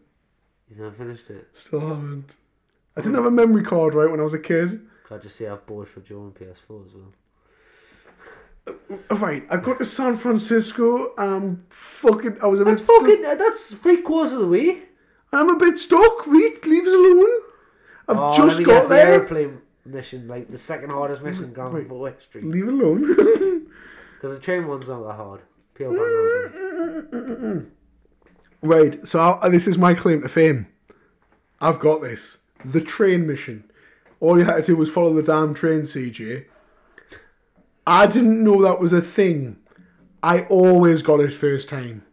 he's never finished it.
Still haven't. I didn't have a memory card right when I was a kid.
Can I just say I've bought it for Joe on PS4 as well?
Right, I got to San Francisco. Um, fucking, I was a bit.
That's fucking. uh, That's three quarters of the way.
I'm a bit stuck. Reed, leave us alone. I've
Oh, let
just
me
got
guess, the
there.
airplane mission, like the second hardest mission, in Grand Theft Auto History.
Leave it alone.
Because the train one's not that hard. Peel back London.
right, so I, uh, this is my claim to fame. I've got this. The train mission. All you had to do was follow the damn train, CJ. I didn't know that was a thing. I always got it first time.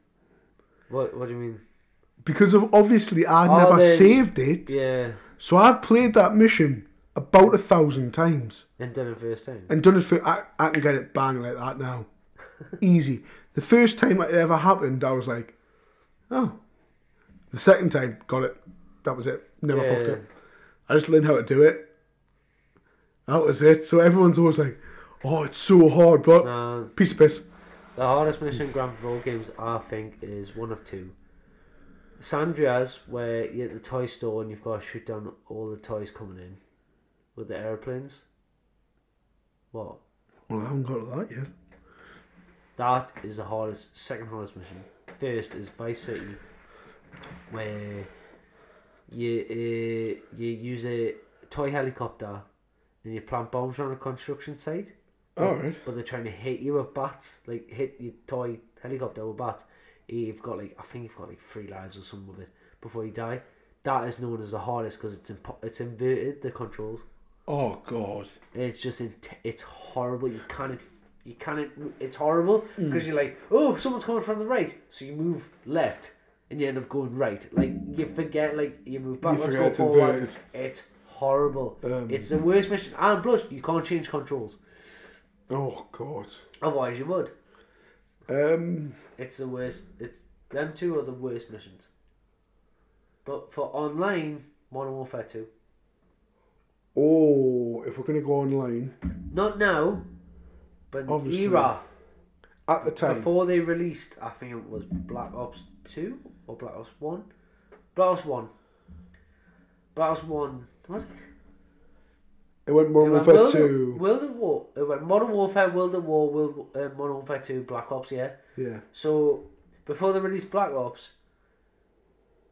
What? What do you mean?
Because of obviously I'd
Oh,
never
the-
saved it.
Yeah,
So I've played that mission about a thousand times.
and done it first time.
and done it for I, I can get it bang like that now easy the first time it ever happened i was like oh the second time got it that was it never
Yeah.
fucked it i just learned how to do it that was it so everyone's always like oh it's so hard but
No,
piece of piss
the hardest mission in Grand Theft Auto games, I think, is one of two. Sandrias, where you're at the toy store and you've got to shoot down all the toys coming in with the airplanes. What?
well i haven't got to that yet
That is the hardest, second hardest mission. First is Vice City, where you uh, you use a toy helicopter and you plant bombs around a construction site,
all right
but they're trying to hit you with bats, like hit your toy helicopter with bats. You've got like I think you've got like three lives or something with it before you die. That is known as the hardest because it's impo- it's inverted the controls.
oh god
It's just in- it's horrible. You can't you can't it's horrible
Mm.
because you're like oh someone's coming from the right, so you move left and you end up going right. Like you forget like you move backwards,
forget
go
it's
forwards.
inverted.
It's horrible.
Um,
it's the worst mission. And plus you can't change controls.
oh god
Otherwise you would.
um
It's the worst. It's them two are the worst missions. But for online, Modern Warfare Two.
oh if we're gonna go online
Not now, but in the
Obviously.
era.
at the time
Before they released, I think it was Black Ops 2 or Black Ops 1. Black Ops 1. Black Ops 1. Was it?
it went more
It
Warfare
went World,
two
World of War. It went Modern Warfare, World of War, World, uh, Modern Warfare 2, Black Ops, yeah.
yeah
So, before they released Black Ops,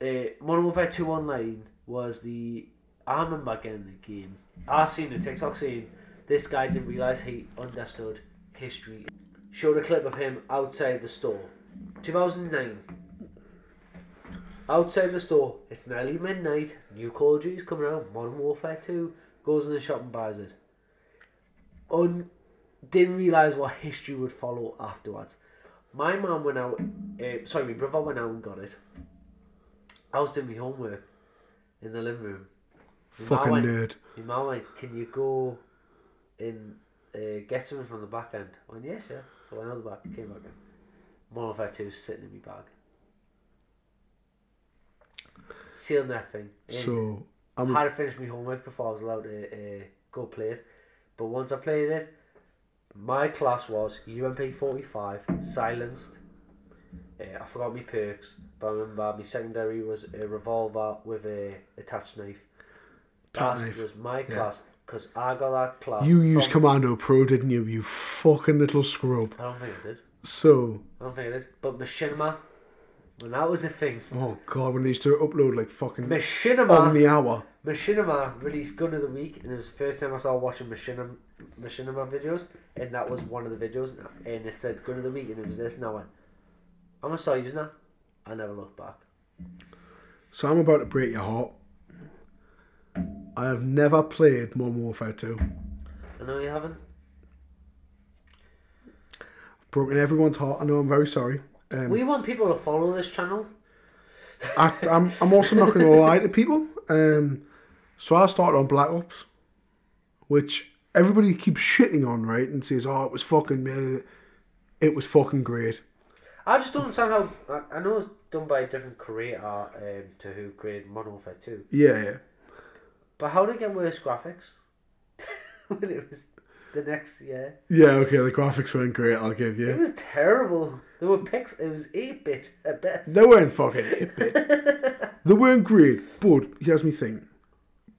uh, Modern Warfare 2 Online was the. I remember getting the game. I seen the TikTok saying this guy didn't realise he understood history. Showed a clip of him outside the store. 2009. Outside the store, it's nearly midnight. New Call of Duty's coming out. Modern Warfare 2 goes in the shop and buys it. Un- didn't realise what history would follow afterwards. My mum went out. Uh, sorry, my brother went out and got it. I was doing my homework in the living room. My ma
fucking
went-
nerd
My mum went, "Can you go and uh, get something from the back end?" I went, "Yeah, sure." So I went out the back, came back in. Modern Warfare Two was sitting in my bag. Sealed that thing. in.
so i'm
I had to finish my homework before I was allowed to uh, go play it. But once I played it, my class was UMP 45, silenced. Uh, I forgot my perks, but I remember my secondary was a revolver with a attached knife.
Tap
That
knife.
was my class, because I got that class.
You used
from-
Commando Pro, didn't you? You fucking little scrub.
I don't think I did.
So,
I don't think I did. But Machinima, when that was a thing,
oh god, when they used to upload like fucking
Machinima.
on the hour.
Machinima released Gun of the Week, and it was the first time I started watching Machinima, Machinima videos, and that was one of the videos, and it said Gun of the Week, and it was this, and I went, I'm gonna start using that. I never looked back.
So I'm about to break your heart. I have never played Modern Warfare 2.
I know you haven't.
Broken everyone's heart. I know. I'm very sorry. Um,
We want people to follow this channel.
I, I'm, I'm also not going to lie to people. Um, so I started on Black Ops, which everybody keeps shitting on, right? And says, oh, it was fucking. Uh, It was fucking great.
I just don't understand how. I, I know it's done by a different creator um, to who created Modern Warfare 2,
Yeah, yeah.
but how did it get worse graphics? when it was the next year.
Yeah, okay, the graphics weren't great, I'll
It
give you.
was terrible. There were pics. It was 8 bit at best.
They weren't fucking it, bit. they weren't great, but here's me thing.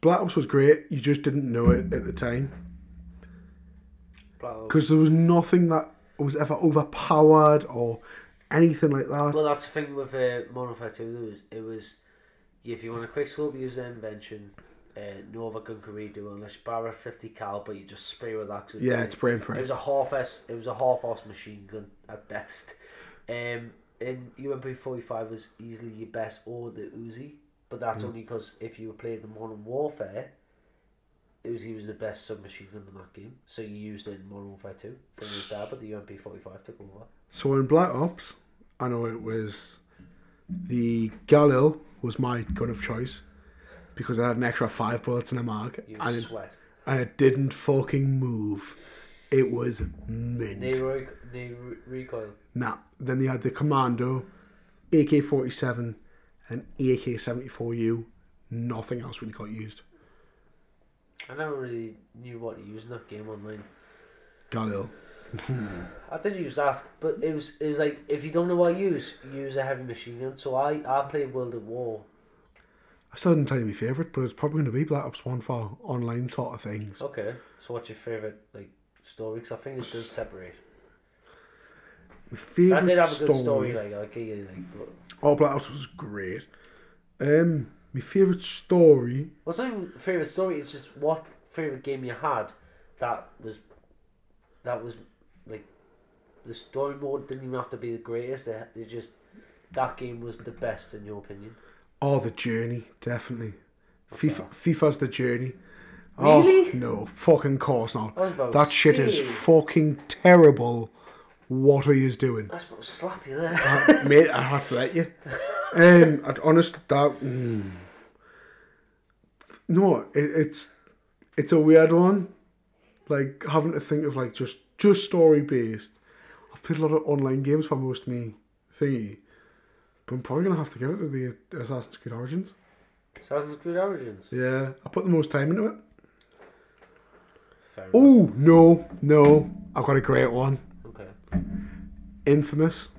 Black Ops was great, you just didn't know it at the time.
Blah, blah, blah.
Because there was nothing that was ever overpowered or anything like that.
Well, that's the thing with uh, Modern Warfare 2. It was, it was if you want a quick scope, use the invention. Uh, no other gun can redo unless you borrow a 50 cal, but you just spray with that. 'cause it's
yeah,
like-
it's brain
It was
print.
a half s. It was a half ass machine gun at best. Um, and UMP forty five was easily your best, or the Uzi. But that's
Hmm.
only 'cause only because if you played the Modern Warfare, Uzi was the best submachine gun in that game. So you used it in Modern Warfare two. From the start, but the UMP forty five took over.
So in Black Ops, I know it was the Galil was my gun of choice because I had an extra five bullets in a mag
You
and it,
sweat.
and it didn't fucking move. It was mint.
They re- they re- recoil.
Nah. Then they had the Commando, AK 47, and AK 74U. Nothing else really got used.
I never really knew what to use in that game online.
Galil.
I did use that, but it was it was like if you don't know what to use, use a heavy machine gun. So I I played World of War.
I still didn't tell you my favourite, but it's probably going to be Black Ops 1 for online sort of things.
Okay, so what's your favourite like story? Because I think it does separate.
My
I
favourite
did have a
story.
good story, like I get you, like. But
Oh, Black Ops was great. Um, my favourite story.
well, it's not even favourite story. It's just what favourite game you had that was that was like the story mode didn't even have to be the greatest. It, it just that game was the best in your opinion.
Oh, The Journey, definitely. FIFA, FIFA's The Journey.
Really?
Oh, no, fucking course not.
I was about
That
to
shit is
say.
fucking terrible. What are you doing?
That's about to slap you there.
Mate, I have to let you. Um, I'd honest that. Mm. No, it, it's it's a weird one. Like having to think of like just just story based. I've played a lot of online games for most of me thingy, but I'm probably gonna have to give it to the Assassin's Creed Origins.
Assassin's Creed Origins.
Yeah, I put the most time into it.
Fair enough.
Oh no, no, I've got a great one.
Okay.
Infamous.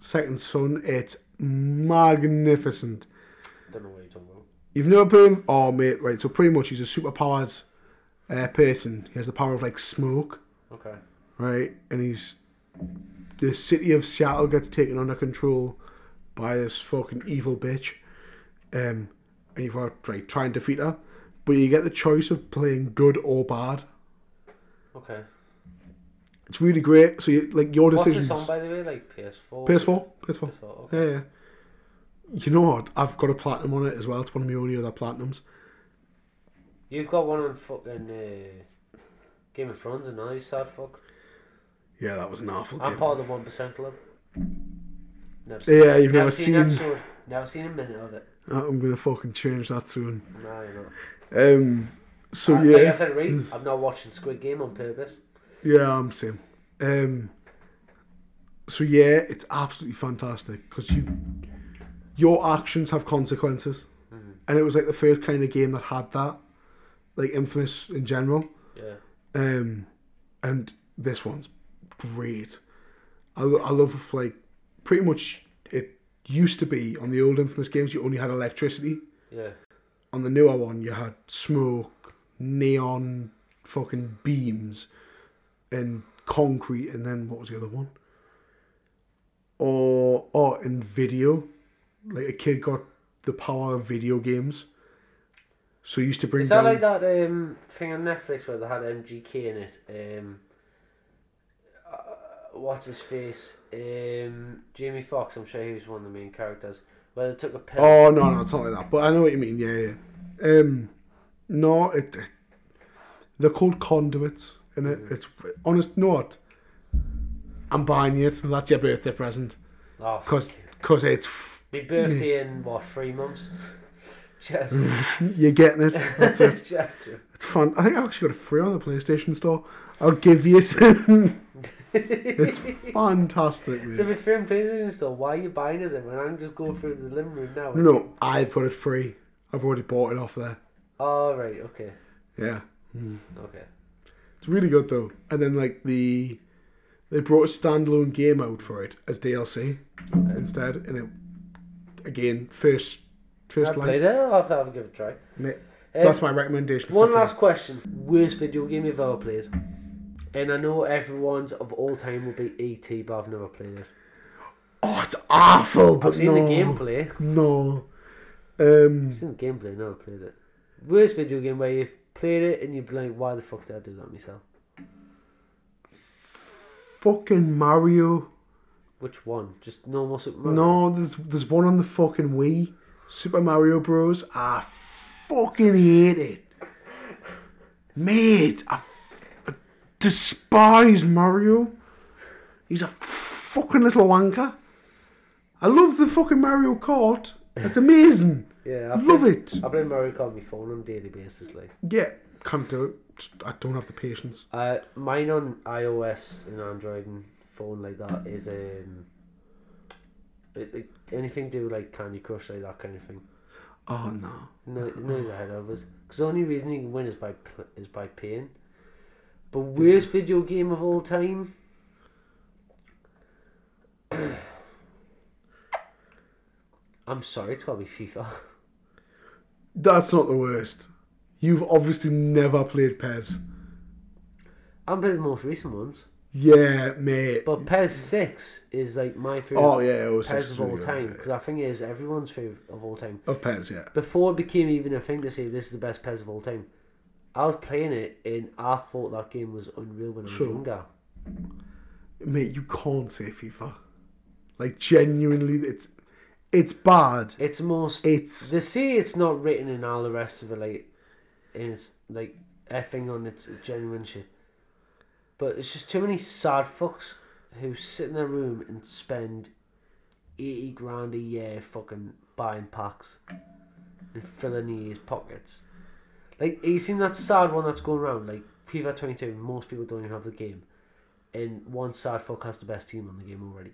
Second Son. It's magnificent.
Don't know what you're talking about.
You've never been. Oh, mate, right. So pretty much, he's a superpowered uh, person. He has the power of like smoke,
Okay.
right? And he's the city of Seattle gets taken under control by this fucking evil bitch, um, and you've got to like, try and defeat her. But you get the choice of playing good or bad.
Okay.
It's really great. So you like your
What's
decisions.
this on by the way? Like PS4.
PS4,
PS4,
PS4.
okay.
Yeah, yeah. You know what? I've got a platinum on it as well. It's one of my only other platinums.
You've got one on fucking uh, Game of Thrones and all you sad fuck.
Yeah, that was an awful
I'm
game.
part of the one percent club. Never seen,
Yeah, you've never
an
seen.
episode. Never seen a minute of it.
I'm gonna fucking change that soon.
No, you're not.
Um, so
I-
yeah,
Like I said, right, I'm not watching Squid Game on purpose.
yeah, I'm same. Um, so yeah, it's absolutely fantastic because you, your actions have consequences,
Mm-hmm.
and it was like the first kind of game that had that, like Infamous in general.
Yeah.
Um, and this one's great. I, lo- I love like pretty much it used to be on the old Infamous games you only had electricity.
Yeah.
on the newer one you had smoke, neon fucking beams and concrete and then what was the other one? Or or in video. Like a kid got the power of video games. So he used to bring
Is that
down
like that um, thing on Netflix where they had MGK in it? Um, uh, what's his face? Um, Jamie Foxx, I'm sure he was one of the main characters. Where they took a pill.
Oh no, no, it's not like that. But I know what you mean. Yeah, yeah. Um, no, it. it- They're called conduits, and it, it's honest. you know what? I'm buying it. That's your birthday present,
Oh, fuck
cause,
you.
'cause it's f-
My birthday in, what, three months? Just.
you're getting it. That's it.
Just-
It's fun. I think I actually got a free on the PlayStation Store. I'll give you it. It's fantastic,
So if
mate.
it's free on PlayStation Store, why are you buying us it when I can just go through the living room now?
No, I've got it free. I've already bought it off there.
All right. Okay.
Yeah.
Okay.
It's really good though. And then like the they brought a standalone game out for it as DLC instead, and it again first
I
first
played
light.
it. I'll have to have a give it a try.
Mate,
Um,
That's my recommendation. for
One
the
last question. Worst video game you've ever played? And I know everyone's of all time will be E.T., but I've never played it.
day. Oh, it's awful, but
I've seen
Oh, no,
the gameplay.
no. Um,
I've seen the gameplay, never played it. Worst video game where you've played it and you're like, why the fuck did I do that myself?
fucking Mario.
Which one? Just normal Super Mario?
No, there's there's one on the fucking Wii, Super Mario Bros. I fucking hate it, mate. I, f- despise Mario. He's a fucking little wanker. I love the fucking Mario Kart. It's amazing.
Yeah, I
love it.
I play Mario Kart on my phone on a daily basis, like.
Yeah, can't do it. Just- I don't have the patience.
Uh, mine on iOS and Android and phone like that is um, it, it, anything to do with, like Candy Crush, like that kind of thing.
Oh no.
No, no, he's ahead of us. Because the only reason you can win is by pl- is by paying. But worst video game of all time. I'm sorry, it's gotta be FIFA.
That's not the worst. You've obviously never played E Pez.
I'm playing the most recent ones,
Yeah, mate.
but PES Six is like my favorite.
Oh yeah, oh,
PES
six
of all
yeah,
time
yeah.
because I think it is everyone's favorite of all time.
Of Pez, yeah.
Before it became even a thing to say this is the best PES of all time, I was playing it and I thought that game was unreal when I was
Sure.
younger.
Mate, you can't say FIFA. Like genuinely, it's it's bad.
It's most
It's
They say it's not written and all the rest of it, like, and it's like effing on its genuine shit. But it's just too many sad fucks who sit in their room and spend 80 grand a year fucking buying packs and filling his pockets. Like, you seen that sad one that's going around? Like, FIFA 22, most people don't even have the game. And one sad fuck has the best team on the game already.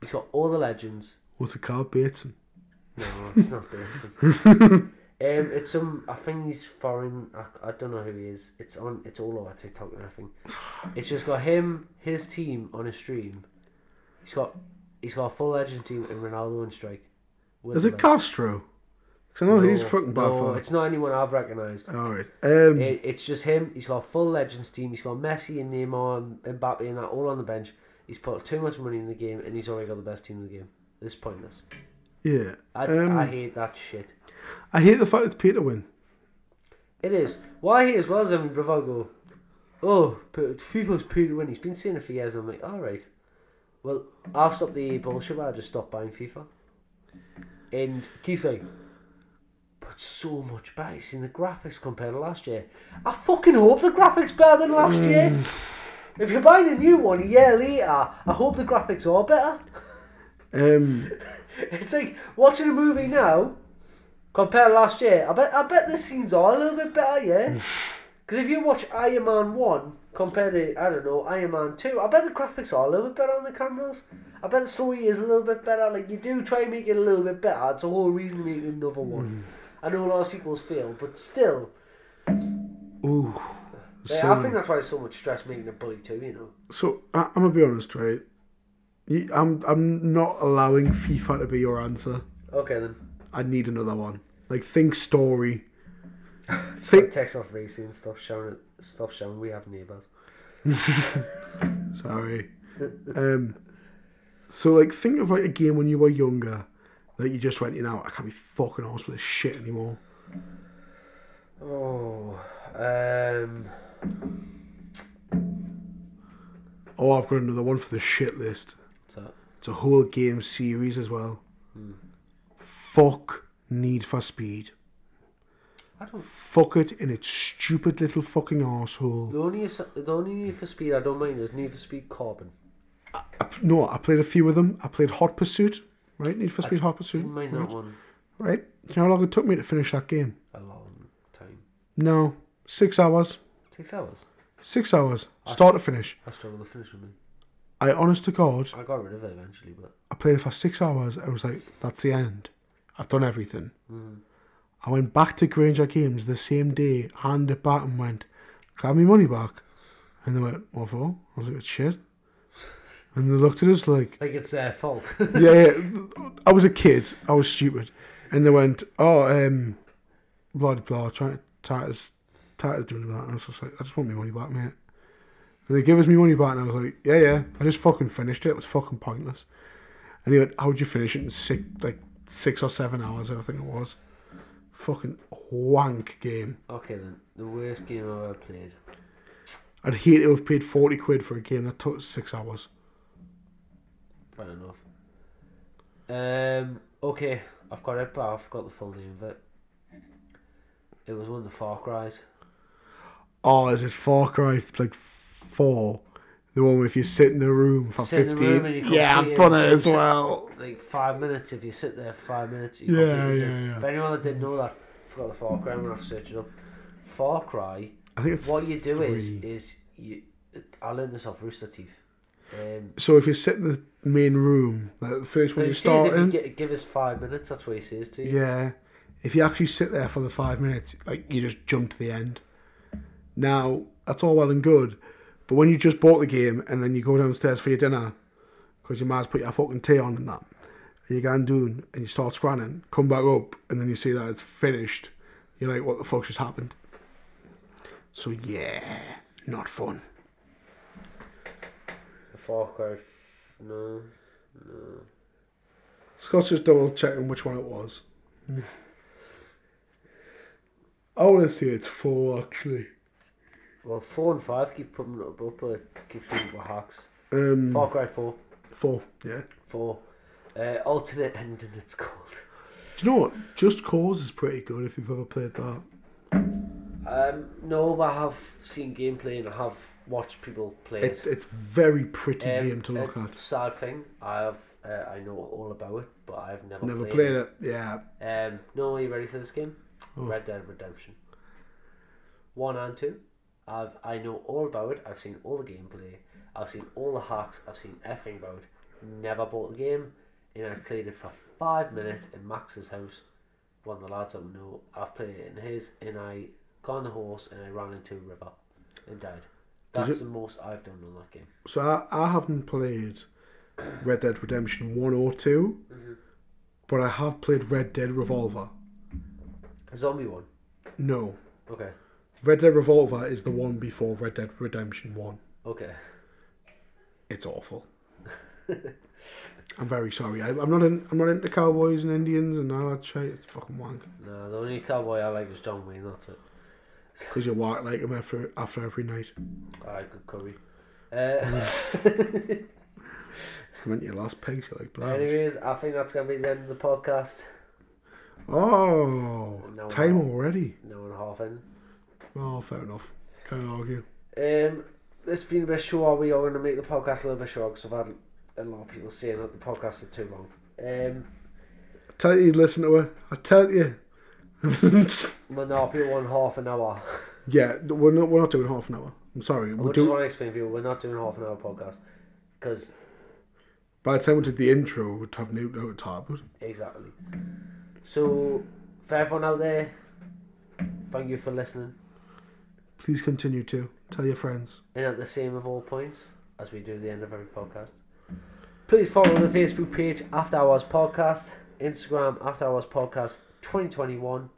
He's got all the legends,
what's it called, Bateson?
no, it's not Benson. um, it's some. I think he's foreign. I, I don't know who he is. It's on. It's all over TikTok and everything. It's just got him, his team on a stream. He's got, he's got a full legend team and Ronaldo on strike. With
Is it
like-
Castro? 'Cause I know he's fucking bad
No,
for.
it's not anyone I've recognised.
All right. Um,
It, it's just him. He's got a full legends team. He's got Messi and Neymar and Mbappe and that all on the bench. He's put too much money in the game and he's already got the best team in the game. It's pointless.
yeah.
I,
um,
I
I,
hate that shit.
hate the fact it's Peter win.
It is. Why he as well as having Bravago? Oh, but FIFA's Peter Win. He's been saying it for years. I'm like, all right. Well, I'll stop the bullshit. I'll just stop buying FIFA. And he's like, but so much better. He's seen the graphics compared to last year. I fucking hope the graphics better than last year. If you're buying a new one a year later, I hope the graphics are better.
Um,
It's like watching a movie now compared to last year. I bet I bet the scenes are a little bit better, yeah. Because if you watch Iron Man one compared to I don't know Iron Man two, I bet the graphics are a little bit better on the cameras. I bet the story is a little bit better. Like you do try and make it a little bit better. It's a whole reason to make another one. I know a lot of sequels fail, but still,
ooh.
like,
so
I think that's why there's so much stress making a bully too. You know,
so I, I'm gonna be honest, right? You, I'm I'm not allowing FIFA to be your answer.
okay then.
I need another one. Like think story.
Take
Think
text off racing. Stop shouting. at- Stop shouting. We have neighbours.
Sorry. Um, so like, think of like a game when you were younger that you just went, you know, I can't be fucking arsed with this shit anymore.
Oh, um.
Oh, I've got another one for the shit list.
So,
It's a whole game series as well.
Hmm.
Fuck Need for Speed.
I don't.
Fuck it in its stupid little fucking arsehole.
The only is- the only Need for Speed I don't mind is Need for Speed Carbon.
I, no, I played a few of them. I played Hot Pursuit, right? Need for Speed Hot
I
Pursuit,
didn't mind that one
right? Do you know how long it took me to finish that game?
a long time.
No, six hours.
Six hours.
Six hours. start to finish.
I struggled to finish with it.
I honest to God,
I got rid of it eventually, but
I played it for six hours. I was like, that's the end. I've done everything.
Mhm.
I went back to Granger Games the same day, handed it back, and went, "Got me money back." And they went, "What for?" I was like, "It's shit." And they looked at us like,
like it's their fault.
yeah, yeah. I was a kid. I was stupid. And they went, oh, um, blah, blah, blah, trying Tata's, Tata's doing that. And I was just like, I just want my money back, mate. And they gave us my money back, and I was like, yeah, yeah. I just fucking finished it. It was fucking pointless. And he went, how would you finish it in six, like, six or seven hours, I think it was. Fucking wank game.
okay then, the worst game I've ever played.
I'd hate to have paid 40 quid for a game that took six hours.
Fair enough. Um. Okay, I've got it, but I forgot the full name of it. It was one of the Far Cry's.
Oh, is it Far Cry like four? The one where if you sit in the room for
Sit in the
fifteen.
room and you
yeah, I've
complete
done
it.
it as well.
Like five minutes. If you sit there for five minutes, you
Yeah,
complete it.
yeah, yeah.
For anyone that didn't know that, I forgot the Far Cry. I'm gonna have to search it up. Far Cry.
I think it's
What you do
three.
is is you. I learned this off Rooster Teeth. Um,
So if you sit in the main room, like the first one
but he
you
says
start
if you
in,
get, give us five minutes, that's what he says to you.
yeah. If you actually sit there for the five minutes, like you just jump to the end. Now that's all well and good, but when you just bought the game and then you go downstairs for your dinner, because you might as put your fucking tea on and that, and you go and do and you start scranning, come back up, and then you see that it's finished. You're like, what the fuck just happened? So yeah, not fun.
The Far Cry. No, no.
Scott's just double checking which one it was. I want to say it's four actually.
Well, four and five keep putting it up, but it keeps being for hacks.
Um,
Far Cry four,
four. Yeah.
four. Uh, alternate ending, it's called.
Do you know what? Just Cause is pretty good if you've ever played that.
Um, no, but I have seen gameplay and I have watched people play it.
It, it's very pretty
Um,
game to look
a
at.
Sad thing, I have. Uh, I know all about it, but I've never
Never
played
played it. Yeah.
Um, no, are you ready for this game?
Oh.
Red Dead Redemption. One and two. I've I know all about it. I've seen all the gameplay. I've seen all the hacks. I've seen everything about it. Never bought the game, and I've played it for five minutes in Max's house. One of the lads I would know. I've played it in his, and I got on the horse and I ran into a river and died. That's the most I've done on that game.
So I, I haven't played Red Dead Redemption one or 2 but I have played Red Dead Revolver.
zombie one.
No,
Okay.
Red Dead Revolver is the one before Red Dead Redemption one.
Okay.
it's awful. I'm very sorry. I, I'm not. In, I'm not into cowboys and Indians and all that shit. It's fucking wank.
No, the only cowboy I like is John Wayne. That's it.
Because you walk like them after after every night.
Aye, good curry. Uh,
I meant your last pigs. You're like, blood.
anyways, I think that's going to be the end of the podcast.
oh,
No,
time
no.
already.
No and a half in.
Oh, fair enough. Can't argue.
Um, it's been a bit short. We are going to make the podcast a little bit short because I've had a lot of people saying that the podcasts are too long. Um,
I tell you, you'd listen to her. I tell you.
but no, people want half an hour.
yeah, we're not. We're not doing half an hour. I'm sorry.
I
We'll
just want
do.
to explain to people we're not doing half an hour podcast because
By the time we did the intro, we'd have new no time. would we?
exactly. So, for everyone out there, thank you for listening.
Please continue to tell your friends.
and at the same of all points as we do at the end of every podcast. Please follow the Facebook page After Hours Podcast, Instagram After Hours Podcast 2021,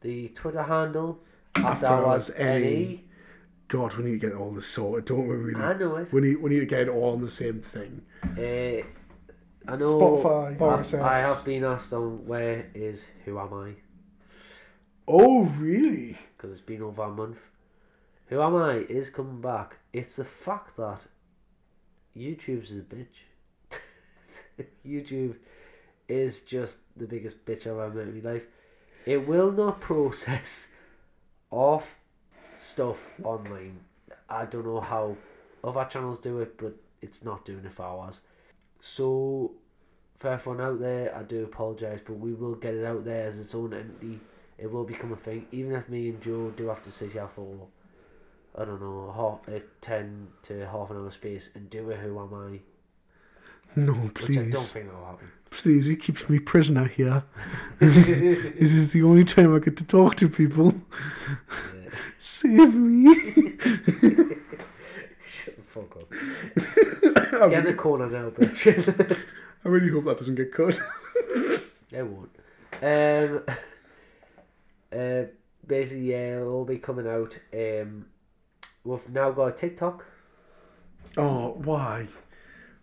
the Twitter handle After, Hours, NE.
God, we need to get all this sorted, don't we? Really.
I know it.
We need, we need to get it all on the same thing.
Uh, I know
Spotify,
I've-
RSS.
I have been asked on where is Who Am I?
Oh, really?
Because it's been over a month. Who Am I is coming back. It's the fact that YouTube's a bitch. YouTube is just the biggest bitch I've ever met in my life. It will not process off stuff online. I don't know how other channels do it, but it's not doing it for ours. So, for everyone out there, I do apologise, but we will get it out there as its own entity. It will become a thing, even if me and Joe do have to sit here for I don't know, a, half, a 10 to half an hour space and do a Who Am I?
No,
Which I don't
please.
think will happen.
Please, he keeps me prisoner here. this is the only time I get to talk to people. Save me.
Shut the fuck up. Get in the corner now, bitch.
I really hope that doesn't get cut.
They won't. Um, uh, basically, yeah, it'll all be coming out. Um, we've now got a TikTok.
Oh, why?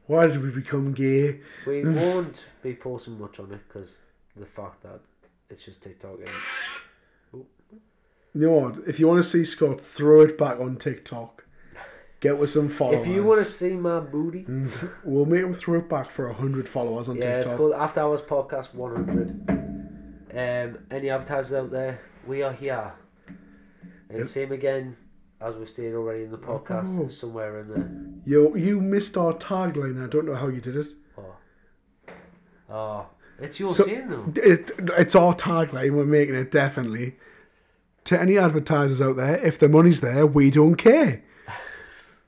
Why did we become gay?
We won't be posting much on it because the fact that it's just TikTok. And
You know what? If you want to see Scott, throw it back on TikTok. Get with some followers.
if you want to see my booty,
we'll make him throw it back for hundred followers on
yeah, it's
Mm, TikTok.
called After Hours Podcast 100. Um, any advertisers out there? We are here. And
Yep.
same again as we've stated already in the podcast,
Oh.
somewhere in there.
Yo, you missed our tagline. I don't know how you did it.
Oh, it's your
So-
saying though.
it it's our tagline. We're making it definitely. To any advertisers out there, if the money's there, we don't care.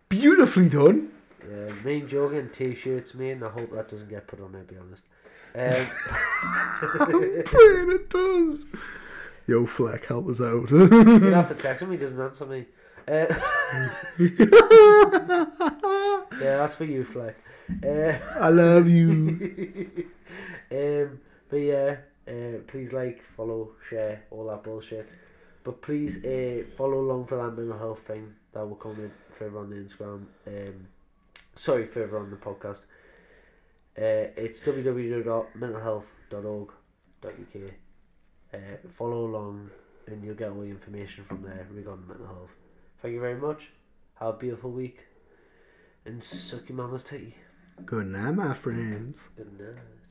Beautifully done.
Uh, me and Joe getting t-shirts, me, and I hope that doesn't get put on there. To be honest, um,
I'm praying it does. Yo, Fleck, help us out.
you have to text him. He doesn't answer me. Uh, yeah, that's for you, Fleck. Uh,
I love you.
um, but yeah, uh, please like, follow, share, all that bullshit. But please uh, follow along for that mental health thing that will come in further on the Instagram. Um, sorry, further on the podcast. Uh, it's www.mentalhealth.org.uk. Uh, follow along and you'll get all the information from there regarding mental health. Thank you very much. Have a beautiful week. And suck your mama's tea.
Good night, my friends.
Good night.